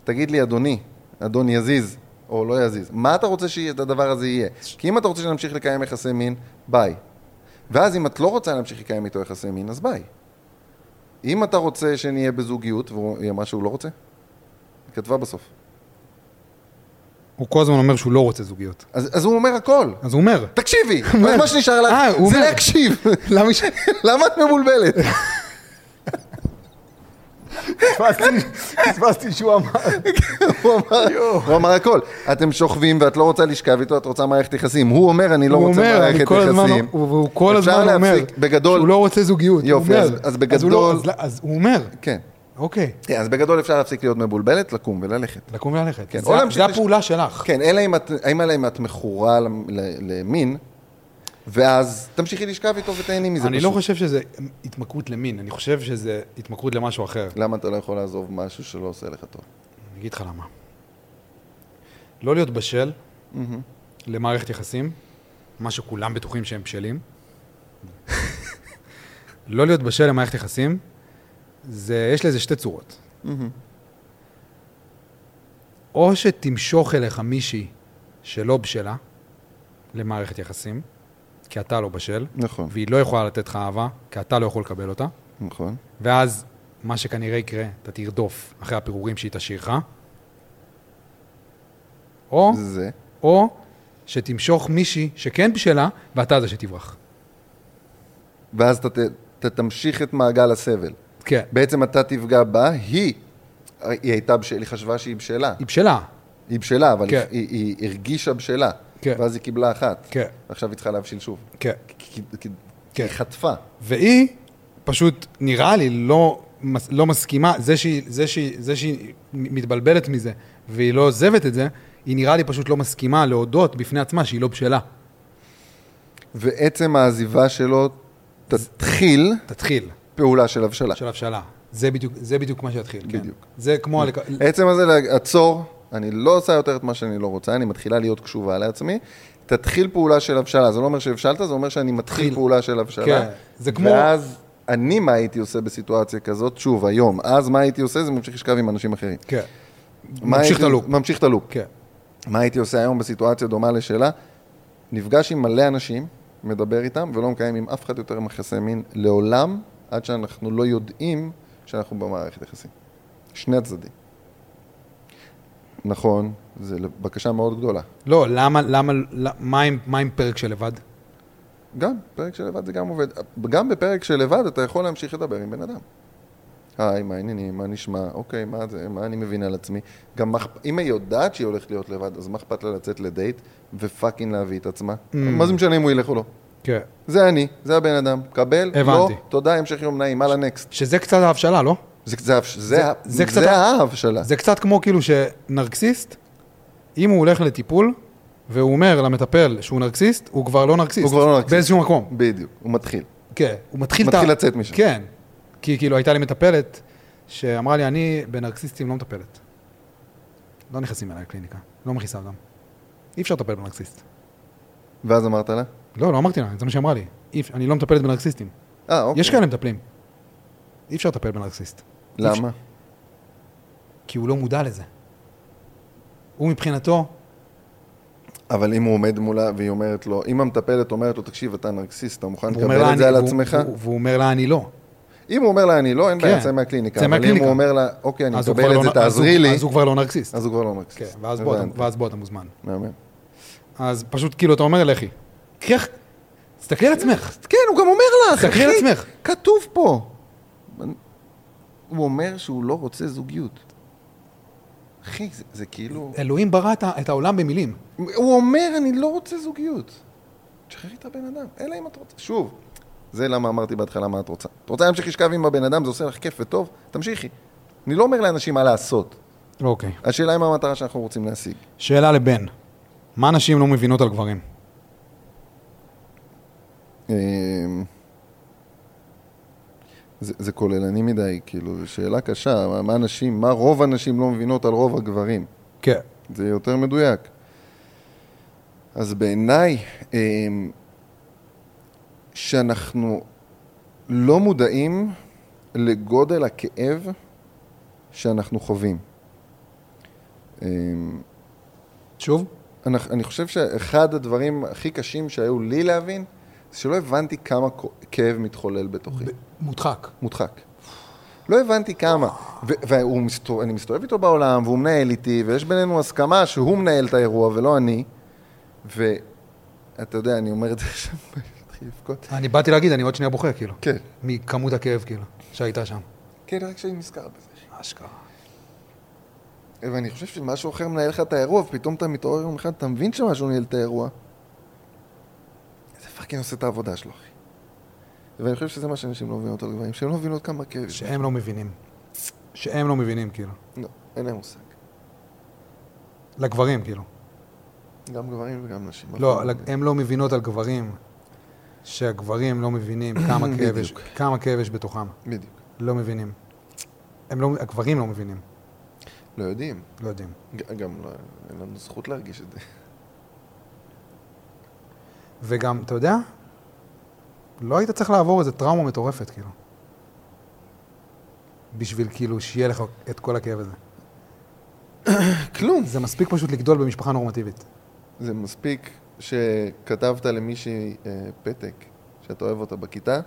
S2: תגיד לי, אדוני, אדון יזיז, או לא יזיז, מה אתה רוצה שהדבר הזה יהיה? כי אם אתה רוצה שנמשיך לקיים יחסי מין, ביי. ואז אם את לא רוצה להמשיך לקיים איתו יחסי מין, אז ביי. אם אתה רוצה שנהיה בזוגיות, והיא אמרה שהוא לא רוצה, היא כתבה בסוף.
S1: הוא כל הזמן אומר שהוא לא רוצה זוגיות.
S2: אז, אז הוא אומר הכל.
S1: אז הוא אומר.
S2: תקשיבי, אז מה שנשאר לך
S1: אה, הוא
S2: זה
S1: אומר.
S2: להקשיב.
S1: למה ש...
S2: למה את מבולבלת?
S3: פספסתי- פספסתי שהוא אמר.
S2: הוא אמר- הוא אמר הכל. אתם שוכבים ואת לא רוצה לשכב איתו, את רוצה מערכת יחסים. הוא אומר, אני לא
S1: הוא
S2: רוצה
S1: אומר,
S2: מערכת
S1: אני כל הזמן,
S2: יחסים.
S1: הוא הוא כל הזמן
S2: אפשר
S1: אומר,
S2: להפסיק, בגדול,
S1: שהוא לא רוצה זוגיות. הוא
S2: יופי,
S1: אומר.
S2: אז- אז
S1: הוא לא-
S2: בגדול-
S1: אז לא- אז הוא אומר,
S2: כן.
S1: אוקיי,
S2: כן, אז בגדול אפשר להפסיק להיות מבולבלת, לקום וללכת.
S1: לקום וללכת.
S2: כן,
S1: זה-
S2: או להמשיך
S1: זה
S2: לש-
S1: הפעולה שלך.
S2: כן, אלא אם את- האם אלא אם את מכורה למ- ל- למין, ואז תמשיכי לשכב איתו ותהני מזה.
S1: אני
S2: פשוט.
S1: לא חושב שזה התמכרות למין, אני חושב שזה התמכרות למשהו אחר.
S2: למה אתה לא יכול לעזוב משהו שלא עושה לך טוב?
S1: אני אגיד לך למה. לא להיות בשל
S2: מהמם.
S1: למערכת יחסים, מה שכולם בטוחים שהם בשלים. לא להיות בשל למערכת יחסים, זה, יש לזה שתי צורות.
S2: מהמם.
S1: או שתמשוך אליך מישהי שלא בשלה למערכת יחסים, כי אתה לא בשל,
S2: נכון,
S1: והיא לא יכולה לתת לך אהבה, כי אתה לא יכול לקבל אותה,
S2: נכון.
S1: ואז מה שכנראה יקרה, אתה תרדוף אחרי הפירורים שהיא תשאיר לך, או,
S2: זה.
S1: או שתמשוך מישהי שכן בשלה, ואתה זה שתברח.
S2: ואז אתה ת- אתה תמשיך את מעגל הסבל.
S1: כן.
S2: בעצם אתה תפגע בה, היא, היא הייתה בשל, היא חשבה שהיא בשלה.
S1: היא בשלה.
S2: היא בשלה, אבל
S1: כן.
S2: היא, היא, היא הרגישה בשלה.
S1: כן.
S2: ואז היא קיבלה אחת.
S1: כן,
S2: ועכשיו היא צריכה להבשיל שוב.
S1: כן.
S2: כי, כי,
S1: כן.
S2: כי היא חטפה.
S1: והיא פשוט, נראה לי, לא, מס- לא מסכימה, זה שהיא, זה, שהיא, זה שהיא מתבלבלת מזה והיא לא עוזבת את זה, היא נראה לי פשוט לא מסכימה להודות בפני עצמה שהיא לא בשלה.
S2: ועצם העזיבה שלו תתחיל
S1: תתחיל,
S2: פעולה של הבשלה.
S1: של הבשלה. זה בדיוק, זה בדיוק מה שיתחיל, כן.
S2: בדיוק.
S1: זה כמו... הלק...
S2: עצם הזה לעצור, אני לא עושה יותר את מה שאני לא רוצה, אני מתחילה להיות קשובה לעצמי. תתחיל פעולה של הבשלה, זה לא אומר שהבשלת, זה אומר שאני מתחיל
S1: תתחיל.
S2: פעולה של הבשלה.
S1: כן, זה כמו-
S2: ואז אני, מה הייתי עושה בסיטואציה כזאת, שוב, היום, אז מה הייתי עושה, זה ממשיך לשכב עם אנשים אחרים.
S1: כן,
S2: מה
S1: ממשיך
S2: הייתי-
S1: את הלופ.
S2: ממשיך את הלופ.
S1: כן,
S2: מה הייתי עושה היום בסיטואציה דומה לשאלה? נפגש עם מלא אנשים, מדבר איתם, ולא מקיים עם אף אחד יותר יחסי מין לעולם, עד שאנחנו לא יודעים שאנחנו במערכת יחסים. שני הצדדים. נכון, זו בקשה מאוד גדולה.
S1: לא, למה, למה, למה מה, עם, מה עם פרק של לבד?
S2: גם, פרק שלבד זה גם עובד. גם בפרק שלבד אתה יכול להמשיך לדבר עם בן אדם. היי, מה העניינים, מה נשמע, אוקיי, מה זה, מה אני מבין על עצמי. גם מה אכפ- אם היא יודעת שהיא הולכת להיות לבד, אז מה אכפת לה לצאת לדייט ופאקינג להביא את עצמה?
S1: Mm.
S2: מה זה משנה אם הוא ילך או לא?
S1: כן.
S2: זה אני, זה הבן אדם, קבל, לא,
S1: הבנתי.
S2: תודה, המשך יום נעים, הלאה נקסט.
S1: שזה קצת ההבשלה, לא?
S2: זה- זה ה- זה ה-
S1: זה קצת
S2: זה
S1: ה-
S2: האהב שלה.
S1: זה קצת כמו כאילו שנרקסיסט, אם הוא הולך לטיפול, והוא אומר למטפל שהוא נרקסיסט, הוא כבר לא נרקסיסט.
S2: הוא כבר לא נרקסיסט.
S1: באיזשהו מקום.
S2: בדיוק, הוא מתחיל.
S1: כן. הוא מתחיל את ה...
S2: מתחיל לצאת משם.
S1: כן. כי כאילו הייתה לי מטפלת, שאמרה לי, אני בנרקסיסטים לא מטפלת. לא נכנסים אליי לקליניקה, לא מכניסה אותם. אי אפשר לטפל בנרקסיסט.
S2: ואז אמרת לה?
S1: לא, לא אמרתי לה, זה מה שהיא אמרה לי. אי אפ- אני לא מטפלת בנרקסיסטים.
S2: אה, אוקיי.
S1: יש כאלה מטפלים. אי אפשר לטפל בנרקסיסט. אי אפשר-
S2: למה?
S1: כי הוא לא מודע לזה. הוא מבחינתו,
S2: אבל אם הוא עומד מולה והיא אומרת לו, אם המטפלת אומרת לו, תקשיב, אתה נרקסיסט, אתה מוכן
S1: והוא אומר לה,
S2: לקבל את זה
S1: "אני-"
S2: על
S1: והוא-
S2: עצמך?
S1: והוא- והוא אומר לה, אני לא.
S2: אם הוא אומר לה, אני לא, אין בעיה,
S1: כן.
S2: צא מהקליניקה.
S1: צא
S2: אבל אם
S1: מהקליניקה.
S2: הוא אומר לה, אוקיי, אני
S1: אז הוא כבר
S2: מקבל
S1: לא
S2: את זה,
S1: נ- אז
S2: תעזרי
S1: הוא-
S2: לי,
S1: אז הוא כבר לא נרקסיסט.
S2: אז הוא כבר לא נרקסיסט.
S1: כן, ואז בוא אתה-
S2: הבנתי.
S1: ואז בוא אתה מוזמן.
S2: מהמם.
S1: אז פשוט כאילו, אתה אומר, לכי. קחי, אח- תסתכלי על עצמך.
S2: כן, הוא גם אומר לך,
S1: תסתכלי על עצמך.
S2: כתוב פה. הוא אומר שהוא לא רוצה זוגיות. אחי, זה, זה כאילו...
S1: אלוהים ברא את ה- את העולם במילים.
S2: הוא אומר, אני לא רוצה זוגיות. תשחררי את הבן אדם, אלא אם את רוצה. שוב, זה למה אמרתי בהתחלה מה את רוצה. את רוצה להמשיך לשכב עם הבן אדם, זה עושה לך כיף וטוב, תמשיכי. אני לא אומר לאנשים מה לעשות.
S1: אוקיי.
S2: השאלה היא מה המטרה שאנחנו רוצים להשיג.
S1: שאלה לבן. מה נשים לא מבינות על גברים?
S2: אמ, זה, זה כוללני מדי, כאילו, זו שאלה קשה, מה, מה אנשים, מה רוב הנשים לא מבינות על רוב הגברים.
S1: כן.
S2: זה אה, יותר מדויק. אז בעיניי, אמ, שאנחנו לא מודעים לגודל הכאב שאנחנו חווים. אמ,
S1: שוב?
S2: אנחנו- אני חושב שאחד הדברים הכי קשים שהיו לי להבין, זה שלא הבנתי כמה כ- כאב מתחולל בתוכי.
S1: מודחק.
S2: מודחק. לא הבנתי כמה. ואני מסתובב, מסתובב איתו בעולם, והוא מנהל איתי, ויש בינינו הסכמה שהוא מנהל את האירוע ולא אני. ואתה יודע, אני אומר את זה עכשיו, ואני מתחיל לבכות.
S1: אני באתי להגיד, אני עוד שנייה בוכה, כאילו.
S2: כן.
S1: מכמות הכאב, כאילו, שהייתה שם.
S2: כן, רק כשאני נזכר בזה.
S1: אשכרה.
S2: ואני חושב שמשהו אחר מנהל לך את האירוע, ופתאום אתה מתעורר יום אחד, אתה מבין שמשהו ניהל את האירוע. זה פאקינג עושה את העבודה שלו, אחי. ואני חושב שזה מה שאנשים לא מבינים אותו לגברים, שהם לא מבינים עוד כמה כאב. יש.
S1: שהם לא מבינים. שהם לא מבינים, כאילו.
S2: לא, אין להם מושג.
S1: לגברים, כאילו.
S2: גם גברים וגם נשים.
S1: לא, הן לא מבינות על גברים, שהגברים לא מבינים כמה כאב יש-
S2: בדיוק.
S1: כמה כאב יש בתוכם.
S2: בדיוק.
S1: לא מבינים. הם לא, הגברים לא מבינים,
S2: לא יודעים.
S1: לא יודעים.
S2: ג- גם לא, אין לנו זכות להרגיש את זה.
S1: וגם, אתה יודע, לא היית צריך לעבור איזה טראומה מטורפת, כאילו. בשביל כאילו שיהיה לך את כל הכאב הזה.
S2: כלום.
S1: זה מספיק פשוט לגדול במשפחה נורמטיבית.
S2: זה מספיק שכתבת למישהי אה, פתק שאת אוהב אותה בכיתה,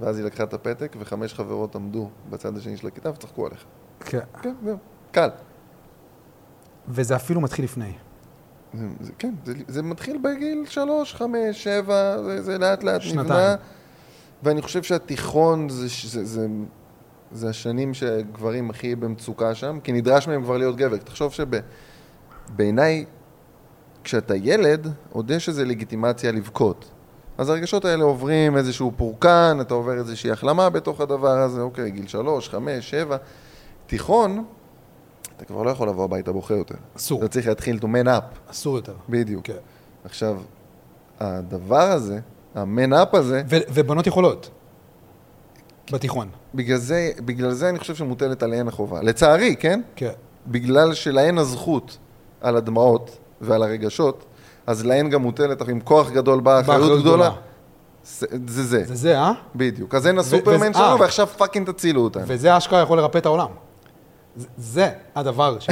S2: ואז היא לקחה את הפתק, וחמש חברות עמדו בצד השני של הכיתה וצחקו עליך.
S1: כן.
S2: כן, זהו. קל.
S1: וזה אפילו מתחיל לפני.
S2: זה, זה, כן, זה, זה מתחיל בגיל שלוש, חמש, שבע, זה, זה לאט לאט נבנה.
S1: שנתיים.
S2: ואני חושב שהתיכון זה, ש- זה, זה, זה השנים שגברים הכי במצוקה שם, כי נדרש מהם כבר להיות גבר. תחשוב שבעיניי, כשאתה ילד, עוד יש איזו לגיטימציה לבכות. אז הרגשות האלה עוברים איזשהו פורקן, אתה עובר איזושהי החלמה בתוך הדבר הזה, אוקיי, גיל שלוש, חמש, שבע. תיכון, אתה כבר לא יכול לבוא הביתה בוכה יותר.
S1: אסור.
S2: אתה צריך להתחיל to man up.
S1: אסור יותר.
S2: בדיוק.
S1: כן.
S2: עכשיו, הדבר הזה, המן-אפ הזה,
S1: ו- ובנות יכולות. בתיכון.
S2: בגלל זה, בגלל זה אני חושב שמוטלת עליהן החובה. לצערי, כן?
S1: כן.
S2: בגלל שלהן הזכות על הדמעות ועל הרגשות, אז להן גם מוטלת, אך עם כוח גדול באה אחריות גדולה. זה זה. זה.
S1: זה זה, אה?
S2: בדיוק. אז הן הסופרמן
S1: וזה- אה.
S2: שלנו, ועכשיו פאקינג תצילו אותן.
S1: וזה אשכרה יכול לרפא את העולם. זה- זה הדבר ש...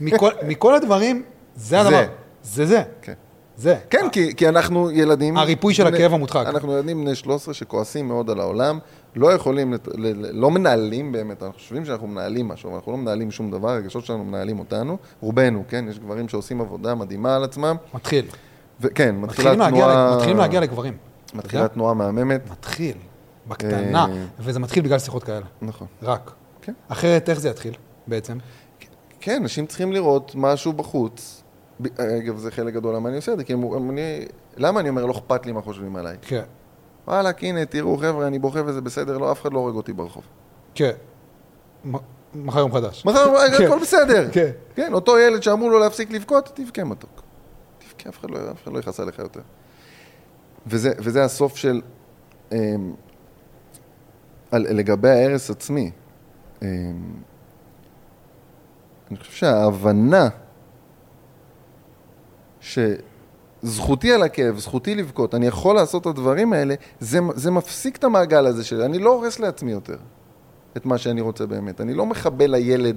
S1: מכל, מכל הדברים, זה
S2: זה.
S1: הדבר. זה זה.
S2: כן.
S1: זה.
S2: כן, כי, כי אנחנו ילדים...
S1: הריפוי של
S2: בני-
S1: הכאב המודחק.
S2: אנחנו ילדים בני 13 שכועסים מאוד על העולם, לא יכולים, לת- ל- ל- לא מנהלים באמת, אנחנו חושבים שאנחנו מנהלים משהו, אבל אנחנו לא מנהלים שום דבר, הרגשות שלנו מנהלים אותנו, רובנו, כן? יש גברים שעושים עבודה מדהימה על עצמם,
S1: מתחיל.
S2: וכן, מתחילה
S1: מתחילים להגיע,
S2: תנועה...
S1: ל- מתחילים להגיע לגברים. אתה
S2: מתחילה
S1: יודע?
S2: תנועה מהממת.
S1: מתחיל. בקטנה.
S2: אה.
S1: וזה מתחיל בגלל שיחות כאלה.
S2: נכון.
S1: רק.
S2: כן.
S1: אחרת, איך זה יתחיל בעצם?
S2: כן, אנשים צריכים לראות משהו בחוץ. ב- אגב, זה חלק גדול למה אני עושה את זה, כי הם- הם- אני... למה אני אומר לא אכפת לי מה חושבים עליי?
S1: כן.
S2: וואלכ, הנה, תראו, חבר'ה, אני בוכה וזה בסדר, לא, אף אחד לא הורג אותי ברחוב.
S1: כן. מ- מחר יום חדש.
S2: מחר
S1: כן.
S2: הכל בסדר.
S1: כן.
S2: כן, אותו ילד שאמרו לו להפסיק לבכות, תבכה מתוק. תבכה, אף אחד לא- אף אחד לא יכעס עליך יותר. וזה, וזה הסוף של... אמ, על, לגבי ההרס עצמי. אמ, אני חושב שההבנה שזכותי על הכאב, זכותי לבכות, אני יכול לעשות את הדברים האלה, זה, זה מפסיק את המעגל הזה של אני לא הורס לעצמי יותר. את מה שאני רוצה באמת. אני לא מחבל לילד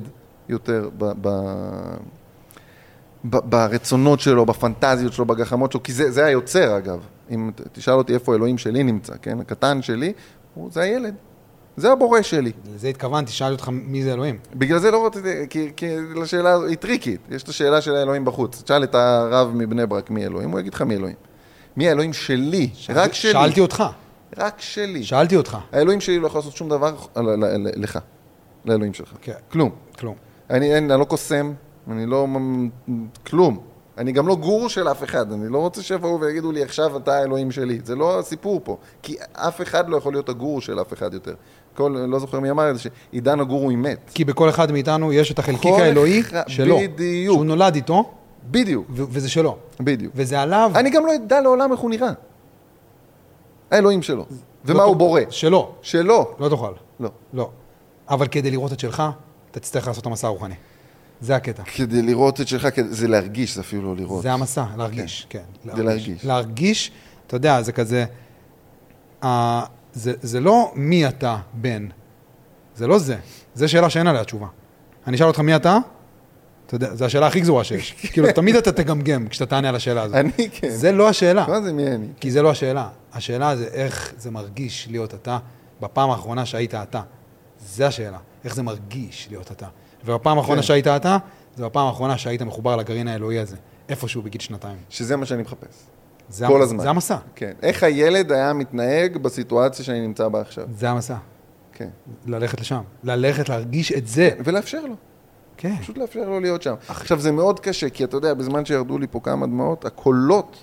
S2: יותר ב, ב, ב, ברצונות שלו, בפנטזיות שלו, בגחמות שלו, כי זה, זה היוצר אגב. אם ת- תשאל אותי איפה אלוהים שלי נמצא, כן? הקטן שלי, הוא, זה הילד. זה הבורא שלי.
S1: לזה התכוונתי, שאלתי אותך מי זה אלוהים.
S2: בגלל זה לא רציתי, כי, כי לשאלה הזו- היא טריקית. יש את השאלה של האלוהים בחוץ. תשאל את הרב מבני ברק מי אלוהים, הוא יגיד לך מי אלוהים. מי האלוהים שלי, רק שלי.
S1: שאלתי אותך.
S2: רק שלי.
S1: שאלתי אותך.
S2: האלוהים שלי לא יכול לעשות שום דבר ל- ל- ל- לך, לאלוהים שלך.
S1: כן.
S2: כלום.
S1: כלום.
S2: אני, אין, אני לא קוסם, אני לא... מ- כלום. אני גם לא גורו של אף אחד, אני לא רוצה שיבואו ויגידו לי עכשיו אתה האלוהים שלי. זה לא הסיפור פה, כי אף אחד לא יכול להיות הגורו של אף אחד יותר. כל, אני לא זוכר מי אמר את זה, שעידן הגורו מת.
S1: כי בכל אחד מאיתנו יש את החלקיק
S2: כל
S1: האלוהי
S2: אחד-
S1: שלו.
S2: בדיוק.
S1: שהוא נולד איתו,
S2: בדיוק,
S1: ו- וזה שלו.
S2: בדיוק.
S1: וזה עליו...
S2: אני גם לא אדע לעולם איך הוא נראה. האלוהים שלו.
S1: לא
S2: ומה הוא
S1: תוכל-
S2: בורא.
S1: שלו.
S2: שלו.
S1: לא תוכל.
S2: לא.
S1: לא. אבל כדי לראות את שלך, אתה תצטרך לעשות את המסע הרוחני. זה הקטע.
S2: כדי לראות את שלך, כדי- זה להרגיש, זה אפילו לא לראות.
S1: זה המסע, להרגיש, כן.
S2: זה להרגיש.
S1: להרגיש, אתה יודע, זה כזה, ה- זה, זה לא מי אתה בן, זה לא זה. זו שאלה שאין עליה תשובה. אני אשאל אותך מי אתה, אתה יודע, זו השאלה הכי גזורה שיש. כאילו, תמיד אתה תגמגם כשאתה תענה על השאלה הזאת.
S2: אני כן.
S1: זה לא השאלה.
S2: מה זה מי אני?
S1: כי זה לא השאלה. השאלה זה איך זה מרגיש להיות אתה בפעם האחרונה שהיית אתה. זה השאלה. איך זה מרגיש להיות אתה. ובפעם האחרונה
S2: כן.
S1: שהיית אתה, זה בפעם האחרונה שהיית מחובר לגרעין האלוהי הזה. איפשהו בגיל שנתיים.
S2: שזה מה שאני מחפש.
S1: זה
S2: כל
S1: המ-
S2: הזמן.
S1: זה המסע.
S2: כן. איך הילד היה מתנהג בסיטואציה שאני נמצא בה עכשיו.
S1: זה המסע.
S2: כן.
S1: ללכת לשם. ללכת להרגיש את זה.
S2: ולאפשר לו.
S1: כן.
S2: פשוט לאפשר לו להיות שם. עכשיו, זה מאוד קשה, כי אתה יודע, בזמן שירדו לי פה כמה דמעות, הקולות,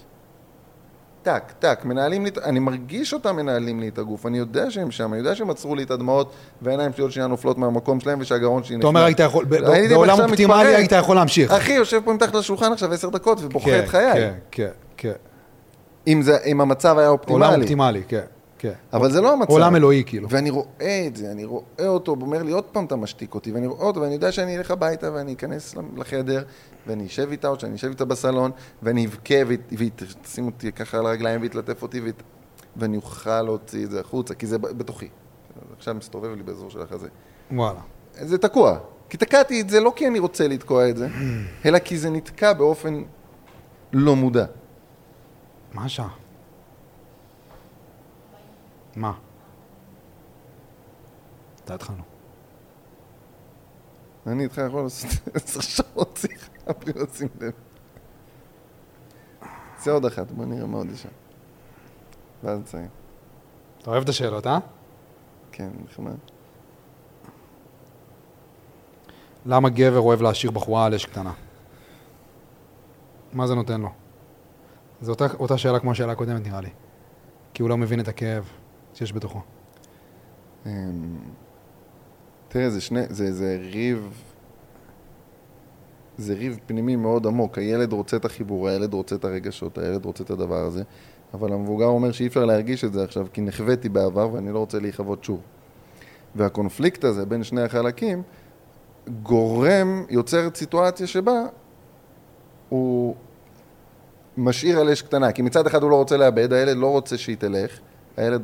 S2: טק, טק, מנהלים לי, את- אני מרגיש אותם מנהלים לי את הגוף, אני יודע שהם שם, אני יודע שהם עצרו לי את הדמעות, והעיניים שלי עוד שנייה נופלות מהמקום שלהם, ושהגרון שלי
S1: אתה אומר, היית יכול, ב-
S2: הייתי
S1: ב- בעולם
S2: עכשיו
S1: אופטימלי
S2: מתפרק.
S1: היית יכול להמשיך.
S2: אחי, יושב פה מתחת לשולחן עכשיו עשר דקות ובוכה את חיי.
S1: כן, כן, כן.
S2: אם זה- אם המצב היה
S1: עולם
S2: אופטימלי.
S1: אופטימלי, כן, כן.
S2: אבל זה לא המצב.
S1: עולם אלוהי, כאילו.
S2: ואני רואה את זה, אני רואה אותו, הוא אומר לי עוד פעם אתה משתיק אותי, ואני רואה אותו, ואני יודע שאני אלך הביתה ואני אכנס לחדר, ואני אשב איתה, או שאני אשב איתה בסלון, ואני אבכה, והיא- והיא תשים אותי ככה על הרגליים ותלטף אותי, והיא- ואני אוכל להוציא את זה החוצה, כי זה ב- בתוכי. זה עכשיו מסתובב לי באזור של החזה.
S1: וואלה.
S2: זה תקוע. כי תקעתי את זה לא כי אני רוצה לתקוע את זה, אלא כי זה נתקע באופן לא מודע.
S1: מה השעה? מה? אתה התחלנו.
S2: אני איתך יכול לעשות עשר שעות שיחה בלי לשים לב. זה עוד אחת, בוא נראה מה עוד יש שם. ואז נסיים.
S1: אתה אוהב את השאלות, אה?
S2: כן, נחמד.
S1: למה גבר אוהב להשאיר בחורה על אש קטנה? מה זה נותן לו? זו אותה, אותה שאלה כמו השאלה הקודמת, נראה לי. כי הוא לא מבין את הכאב שיש בתוכו.
S2: אמ, תראה, זה שני, זה, זה ריב, זה ריב פנימי מאוד עמוק. הילד רוצה את החיבור, הילד רוצה את הרגשות, הילד רוצה את הדבר הזה, אבל המבוגר אומר שאי אפשר להרגיש את זה עכשיו, כי נחוויתי בעבר ואני לא רוצה להיכבות שוב. והקונפליקט הזה בין שני החלקים גורם, יוצר סיטואציה שבה הוא משאיר על אש קטנה, כי מצד אחד הוא לא רוצה לאבד, הילד לא רוצה שהיא תלך, הילד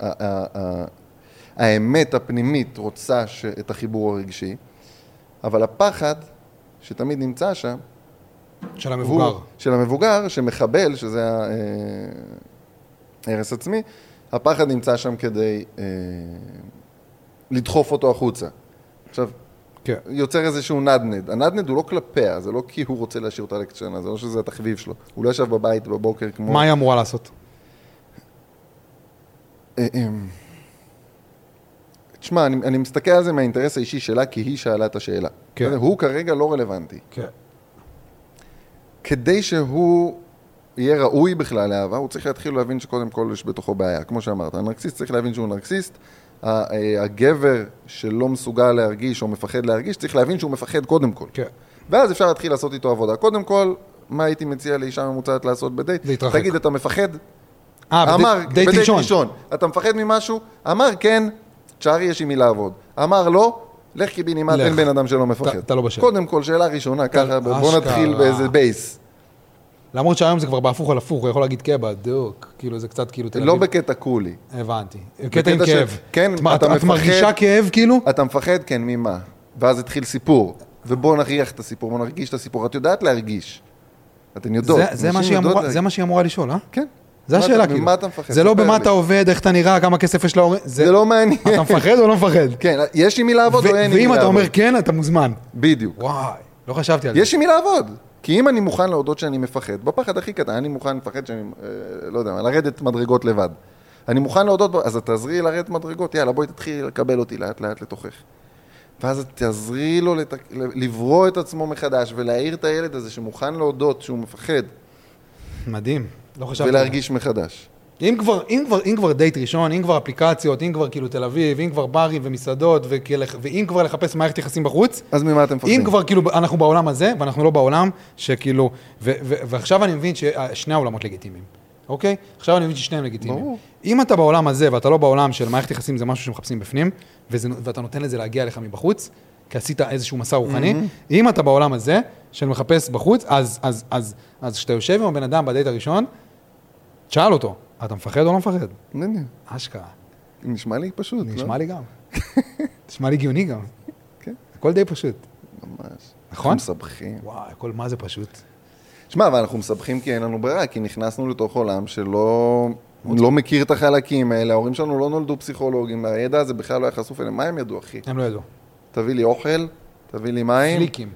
S2: ה- ה- ה- האמת הפנימית רוצה ש- את החיבור הרגשי, אבל הפחד שתמיד נמצא שם,
S1: של
S2: הוא-
S1: המבוגר.
S2: של המבוגר, שמחבל, שזה ה- אה, הרס עצמי, הפחד נמצא שם כדי אה, לדחוף אותו החוצה. עכשיו,
S1: כן.
S2: יוצר איזשהו נדנד. הנדנד הוא לא כלפיה, זה לא כי הוא רוצה להשאיר אותה לקצ'נה, זה לא שזה התחביב שלו. הוא לא ישב בבית בבוקר כמו...
S1: מה היא אמורה לעשות?
S2: אה, אה. תשמע, אני, אני מסתכל על זה מהאינטרס האישי שלה, כי היא שאלה את השאלה.
S1: כן.
S2: הוא כרגע לא רלוונטי.
S1: כן.
S2: כדי שהוא יהיה ראוי בכלל לאהבה, הוא צריך להתחיל להבין שקודם כל יש בתוכו בעיה, כמו שאמרת. הנרקסיסט צריך להבין שהוא נרקסיסט. ה- אה, הגבר שלא מסוגל להרגיש או מפחד להרגיש, צריך להבין שהוא מפחד קודם כל.
S1: כן.
S2: ואז אפשר להתחיל לעשות איתו עבודה. קודם כל, מה הייתי מציע לאישה ממוצעת לעשות בדייט?
S1: להתרחק.
S2: תגיד, אתה מפחד?
S1: אה,
S2: אמר,
S1: בדייט- דייט ראשון.
S2: אתה מפחד ממשהו? אמר כן, תשארי יש עם מי לעבוד. אמר לא, לך קיבינימט,
S1: לך.
S2: אין בן אדם שלא מפחד.
S1: אתה לא בשל.
S2: קודם כל, שאלה ראשונה, ככה, בוא
S1: אשכרה.
S2: נתחיל באיזה בייס.
S1: למרות שהיום זה כבר בהפוך על הפוך, הוא יכול להגיד כאב בדוק. כאילו, זה קצת כאילו תל
S2: לא
S1: אביב.
S2: בקטע קולי.
S1: הבנתי. קטע עם
S2: בקטע של-
S1: כאב.
S2: כן,
S1: את- את-
S2: אתה
S1: את
S2: מפחד.
S1: מרגישה כאב, כאילו?
S2: אתה מפחד? כן, ממה? ואז התחיל סיפור. ובואו נריח את הסיפור, בואו נרגיש את הסיפור. את יודעת להרגיש. אתן יודעות.
S1: זה- זה מה
S2: נשים
S1: שהיא
S2: יודעות
S1: אמורה-
S2: להרגיש.
S1: זה מה שהיא אמורה לשאול, אה?
S2: כן.
S1: זה
S2: מה אתה-
S1: השאלה, כאילו.
S2: ממה אתה מפחד?
S1: זה לא
S2: ספר
S1: במה
S2: לי.
S1: אתה עובד, איך אתה נראה, כמה כסף יש להורים.
S2: זה לא מעניין.
S1: אתה מפחד או לא מפחד?
S2: כן, יש עם מי
S1: ו-
S2: לעבוד או אין עם מי לעבוד.
S1: ואם אתה אומר כן, אתה מוזמן.
S2: בדיוק.
S1: וואי, לא חשבתי על זה.
S2: יש עם מי לעבוד. כי אם אני מוכן להודות שאני מפחד, בפחד הכי קטן, אני מוכן לפחד שאני, אה, לא יודע, מה, לרדת מדרגות לבד. אני מוכן להודות, ב- אז את תעזרי לי לרדת מדרגות, יאללה, בואי תתחילי לקבל אותי לאט לאט לתוכך. ואז את תעזרי לו לת... לברוא את עצמו מחדש ולהעיר את הילד הזה שמוכן להודות שהוא מפחד
S1: מדהים. לא חשבתי. על זה.
S2: ולהרגיש מחדש.
S1: אם כבר, אם כבר, אם כבר דייט ראשון, אם כבר אפליקציות, אם כבר כאילו תל אביב, אם כבר ברים ומסעדות, וכאלה- ואם כבר לחפש מערכת יחסים בחוץ,
S2: אז ממה אתם מפחדים?
S1: אם כבר כאילו אנחנו בעולם הזה, ואנחנו לא בעולם שכאילו, ו- ו- ועכשיו אני מבין ששני העולמות לגיטימיים, אוקיי? עכשיו אני מבין ששניהם לגיטימיים.
S2: ברור.
S1: אם אתה בעולם הזה ואתה לא בעולם של מערכת יחסים זה משהו שמחפשים בפנים, וזה, ואתה נותן לזה להגיע לך מבחוץ, כי עשית איזשהו מסע רוחני,
S2: Mm-hmm.
S1: אם אתה בעולם הזה של מחפש בחוץ, אז, אז, אז, אז כשאתה יושב עם הבן אדם בדייט הראשון, תשאל אותו, אתה מפחד או לא מפחד?
S2: הנה,
S1: אשכרה.
S2: נשמע לי פשוט, לא?
S1: נשמע לי גם. נשמע לי הגיוני גם.
S2: כן.
S1: הכל די פשוט.
S2: ממש.
S1: נכון?
S2: אנחנו מסבכים.
S1: וואי, הכל מה זה פשוט.
S2: שמע, אבל אנחנו מסבכים כי אין לנו ברירה, כי נכנסנו לתוך עולם שלא לא מכיר את החלקים האלה, ההורים שלנו לא נולדו פסיכולוגים, הידע הזה בכלל לא היה חשוף אליהם, מה הם ידעו, אחי?
S1: הם לא ידעו.
S2: תביא לי אוכל, תביא לי מים.
S1: פליקים.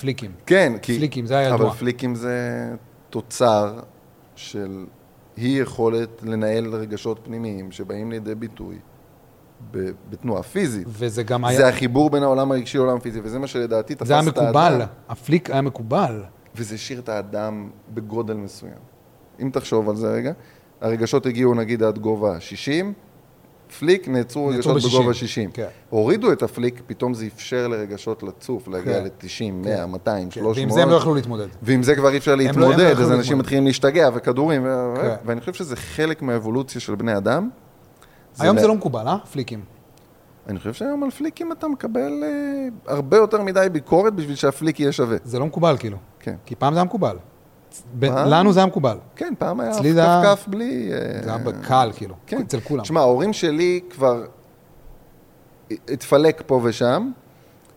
S1: פליקים.
S2: כן, כי...
S1: פליקים, זה היה ידוע.
S2: אבל פליקים זה תוצר של אי יכולת לנהל רגשות פנימיים שבאים לידי ביטוי ב- בתנועה פיזית.
S1: וזה גם היה...
S2: זה החיבור בין העולם הרגשי לעולם הפיזי, וזה מה שלדעתי תפס את
S1: זה היה
S2: האדם.
S1: מקובל. הפליק היה מקובל.
S2: וזה השאיר את האדם בגודל מסוים. אם תחשוב על זה רגע, הרגשות הגיעו נגיד עד גובה 60, פליק נעצרו
S1: נעצרו
S2: רגשות
S1: ב-60.
S2: בגובה 60.
S1: כן.
S2: הורידו את הפליק, פתאום זה אפשר לרגשות לצוף, להגיע
S1: כן.
S2: ל-90, 100, 200,
S1: כן. ועם זה הם לא
S2: 300.
S1: יכלו להתמודד.
S2: ועם זה כבר אי אפשר
S1: לא- הם לא
S2: להתמודד,
S1: יכלו
S2: אז
S1: להתמודד.
S2: אנשים מתחילים להשתגע, וכדורים, ו-
S1: כן.
S2: ואני חושב שזה חלק מהאבולוציה של בני אדם.
S1: היום
S2: לה-
S1: זה לא מקובל, אה? פליקים.
S2: אני חושב שהיום על פליקים אתה מקבל אה, הרבה יותר מדי ביקורת בשביל שהפליק יהיה שווה.
S1: זה לא מקובל, כאילו.
S2: כן.
S1: כי פעם זה היה מקובל. ב-
S2: פעם?
S1: לנו זה היה מקובל.
S2: כן, פעם היה
S1: אצלי זה היה-
S2: כף בלי... אה,
S1: זה היה בקהל, כאילו.
S2: כן.
S1: אצל כולם.
S2: תשמע, ההורים שלי כבר התפלק פה ושם,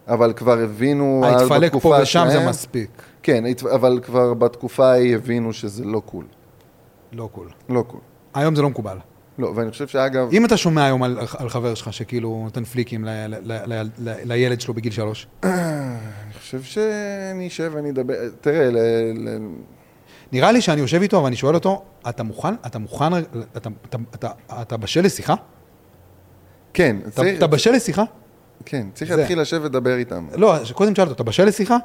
S2: אבל כבר הבינו אז
S1: ההתפלק אה, פה
S2: בתקופה
S1: ושם זה
S2: שלהם-
S1: מספיק.
S2: כן, התפ- אבל כבר בתקופה ההיא הבינו שזה לא קול.
S1: לא קול.
S2: לא קול.
S1: היום זה לא מקובל.
S2: לא, ואני חושב שאגב,
S1: אם אתה שומע היום על, על חבר שלך שכאילו נותן פליקים ל, ל, ל, ל, ל, לילד שלו בגיל שלוש,
S2: אני חושב שאני אשב ואני אדבר... תראה, ל... ל...
S1: נראה לי שאני יושב איתו ואני שואל אותו, אתה מוכן, אתה מוכן, ר- אתה, אתה, אתה, אתה בשל לשיחה?
S2: כן,
S1: אתה,
S2: צריך,
S1: אתה בשל לשיחה?
S2: כן, צריך
S1: זה.
S2: להתחיל לשבת ולדבר איתם.
S1: לא, ש- קודם שאלת אותו, אתה בשל לשיחה?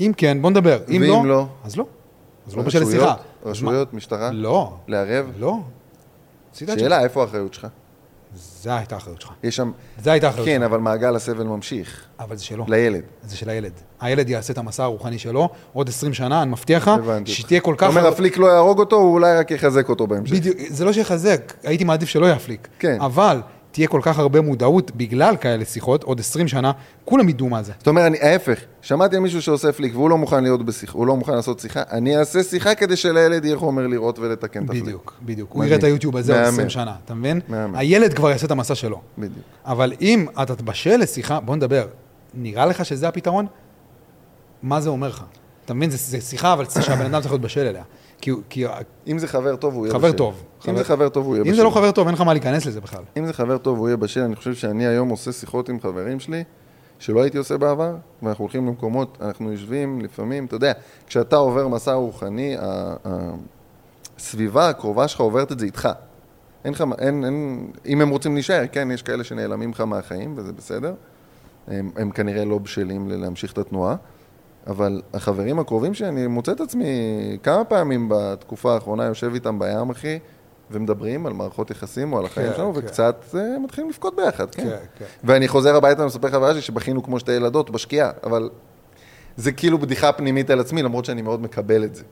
S1: אם כן, בוא נדבר. אם
S2: ואם
S1: לא,
S2: לא?
S1: אז לא. אז לא בשל לשיחה.
S2: רשויות, רשויות, משטרה,
S1: מה? לא,
S2: לערב.
S1: לא. עשית את
S2: שאלה, איפה האחריות שלך?
S1: שלך. זה הייתה האחריות שלך.
S2: יש שם...
S1: זה הייתה האחריות
S2: כן,
S1: שלך.
S2: אבל מעגל הסבל ממשיך.
S1: אבל זה שלו.
S2: לילד.
S1: זה של הילד. הילד יעשה את המסע הרוחני שלו, עוד 20 שנה, אני מבטיח לך,
S2: הבנתי.
S1: שתהיה כל
S2: אתה
S1: כך...
S2: אומר, הפליק לא יהרוג אותו, הוא אולי רק יחזק אותו בהמשך.
S1: בדיוק, זה לא שיחזק, הייתי מעדיף שלא יפליק.
S2: כן.
S1: אבל תהיה כל כך הרבה מודעות בגלל כאלה שיחות, עוד 20 שנה, כולם ידעו מה זה.
S2: זאת אומרת, אני- ההפך, שמעתי על מישהו שעושה פליק והוא לא מוכן להיות בשיחה, הוא לא מוכן לעשות שיחה, אני אעשה שיחה כדי שלילד יהיה חומר לראות ולתקן את הפליק.
S1: בדיוק, בדיוק. הוא
S2: מדהים.
S1: יראה את היוטיוב הזה עוד
S2: מהמם.
S1: 20 שנה, אתה מבין?
S2: מהמם.
S1: הילד כבר יעשה את המסע שלו.
S2: בדיוק.
S1: אבל אם אתה תבשל לשיחה, בוא נדבר. נראה לך שזה הפתרון? מה זה אומר לך? אתה מבין? זה- זה שיחה, אבל שהבן אדם צריך להיות בשל אליה. כי הוא- כי ה-
S2: אם זה חבר טוב, הוא יהיה בשל.
S1: חבר טוב.
S2: אם זה חבר טוב, הוא יהיה בשל.
S1: אם זה לא חבר טוב, אין לך מה להיכנס לזה בכלל.
S2: אם זה חבר טוב, הוא יהיה בשל. אני חושב שאני היום עושה שיחות עם חברים שלי, שלא הייתי עושה בעבר, ואנחנו הולכים למקומות, אנחנו יושבים לפעמים, אתה יודע, כשאתה עובר מסע רוחני, ה- ה- הסביבה הקרובה שלך עוברת את זה איתך. אין לך, מה- אין, אין, אם הם רוצים להישאר, כן, יש כאלה שנעלמים לך מהחיים, וזה בסדר. הם, הם כנראה לא בשלים ל- להמשיך את התנועה, אבל החברים הקרובים שאני מוצא את עצמי כמה פעמים בתקופה האחרונה יושב איתם בים, אחי, ומדברים על מערכות יחסים או על החיים
S1: כן,
S2: שלנו,
S1: כן.
S2: וקצת אה, מתחילים לבכות ביחד, כן.
S1: כן, כן.
S2: ואני חוזר הביתה ומספר חברה שלי שבכינו כמו שתי ילדות בשקיעה, אבל זה כאילו בדיחה פנימית על עצמי, למרות שאני מאוד מקבל את זה.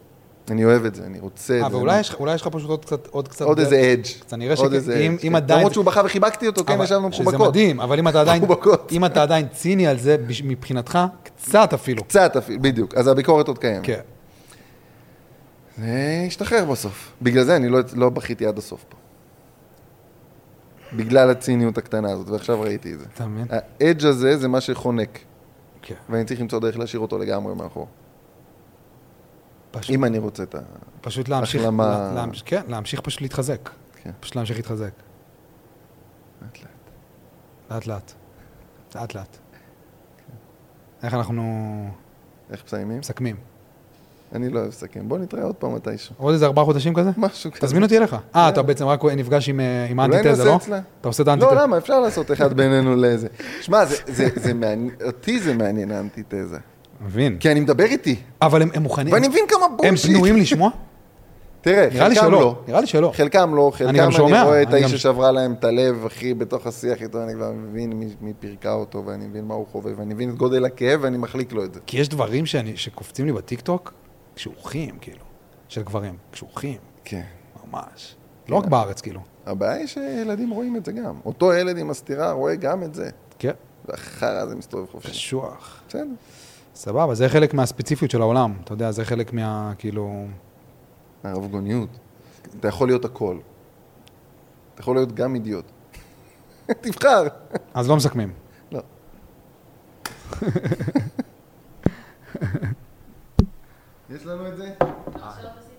S2: אני אוהב את זה, אני רוצה את
S1: אה,
S2: זה.
S1: ואולי יש לך- אולי יש לך פשוט עוד קצת... עוד קצת
S2: עוד
S1: דרך.
S2: איזה אדג'.
S1: כנראה
S2: עוד
S1: שכן,
S2: איזה
S1: אם-
S2: אדג',
S1: אם
S2: כן.
S1: עדיין-
S2: למרות שהוא בכה וחיבקתי אותו, כן,
S1: אבל-
S2: ישבנו
S1: שזה
S2: מחובקות.
S1: מדהים, אבל אם אתה עדיין,
S2: מחובקות.
S1: אם אתה עדיין ציני על זה, בש- מבחינתך, קצת אפילו.
S2: קצת אפילו, בדיוק. אז הביקורת עוד קיימת.
S1: כן.
S2: זה השתחרר בסוף. בגלל זה אני לא, לא בכיתי עד הסוף פה. בגלל הציניות הקטנה הזאת, ועכשיו ראיתי את זה.
S1: אתה מבין?
S2: האדג' הזה זה מה שחונק,
S1: כן.
S2: ואני צריך למצוא דרך להשאיר אותו לגמרי מאחור.
S1: פשוט-
S2: אם אני רוצה את ה...
S1: פשוט להמשיך,
S2: החלמה.
S1: לה- להמש- כן, להמשיך פשוט להתחזק.
S2: כן.
S1: פשוט להמשיך להתחזק.
S2: לאט לאט.
S1: לאט לאט. לאט לאט. איך אנחנו
S2: איך מסיימים?
S1: מסכמים?
S2: אני לא אוהב לסכם. בוא נתראה עוד פעם מתישהו.
S1: עוד איזה ארבעה חודשים כזה?
S2: משהו כזה.
S1: תזמין אותי אליך. אה, אתה בעצם רק נפגש עם אה, עם
S2: כן. אולי
S1: האנטיתזה,
S2: נעשה
S1: לא?
S2: אצלה.
S1: אתה עושה את האנטיתזה.
S2: לא, למה? אפשר לעשות אחד בינינו לאיזה. שמע, זה- זה- זה מעניין, אותי זה מעניין האנטיתזה.
S1: מבין.
S2: כי אני מדבר איתי,
S1: אבל הם הם מוכנים.
S2: כן. ואני מבין כמה
S1: הם
S2: בולשיט.
S1: פנויים לשמוע?
S2: תראה,
S1: נראה לי
S2: חלקם
S1: שלא.
S2: לא.
S1: נראה לי שלא.
S2: חלקם לא, חלקם אני,
S1: גם שומע,
S2: רואה את
S1: אני
S2: האיש
S1: גם-
S2: ששברה להם את הלב, אחי, בתוך השיח איתו, אני כבר מבין מי, מי פירקה אותו, ואני מבין מה הוא חווה, ואני מבין את גודל הכאב, ואני מחליק לו את זה.
S1: כי יש דברים שאני, שקופצים לי בטיקטוק, קשוחים, כאילו, של גברים, קשוחים,
S2: כן.
S1: ממש. לא רק בארץ, כאילו.
S2: הבעיה היא שילדים רואים את זה גם. אותו ילד עם הסתירה רואה גם את זה,
S1: כן.
S2: והחרא הזה מסתובב חופשי.
S1: קשוח.
S2: בסדר.
S1: סבבה, זה חלק מהספציפיות של העולם, אתה יודע, זה חלק מה, כאילו...
S2: הרבגוניות. אתה יכול להיות הכל. אתה יכול להיות גם אידיוט. תבחר.
S1: אז לא מסכמים.
S2: לא. יש לנו את זה?
S4: לא, שלא בסדר.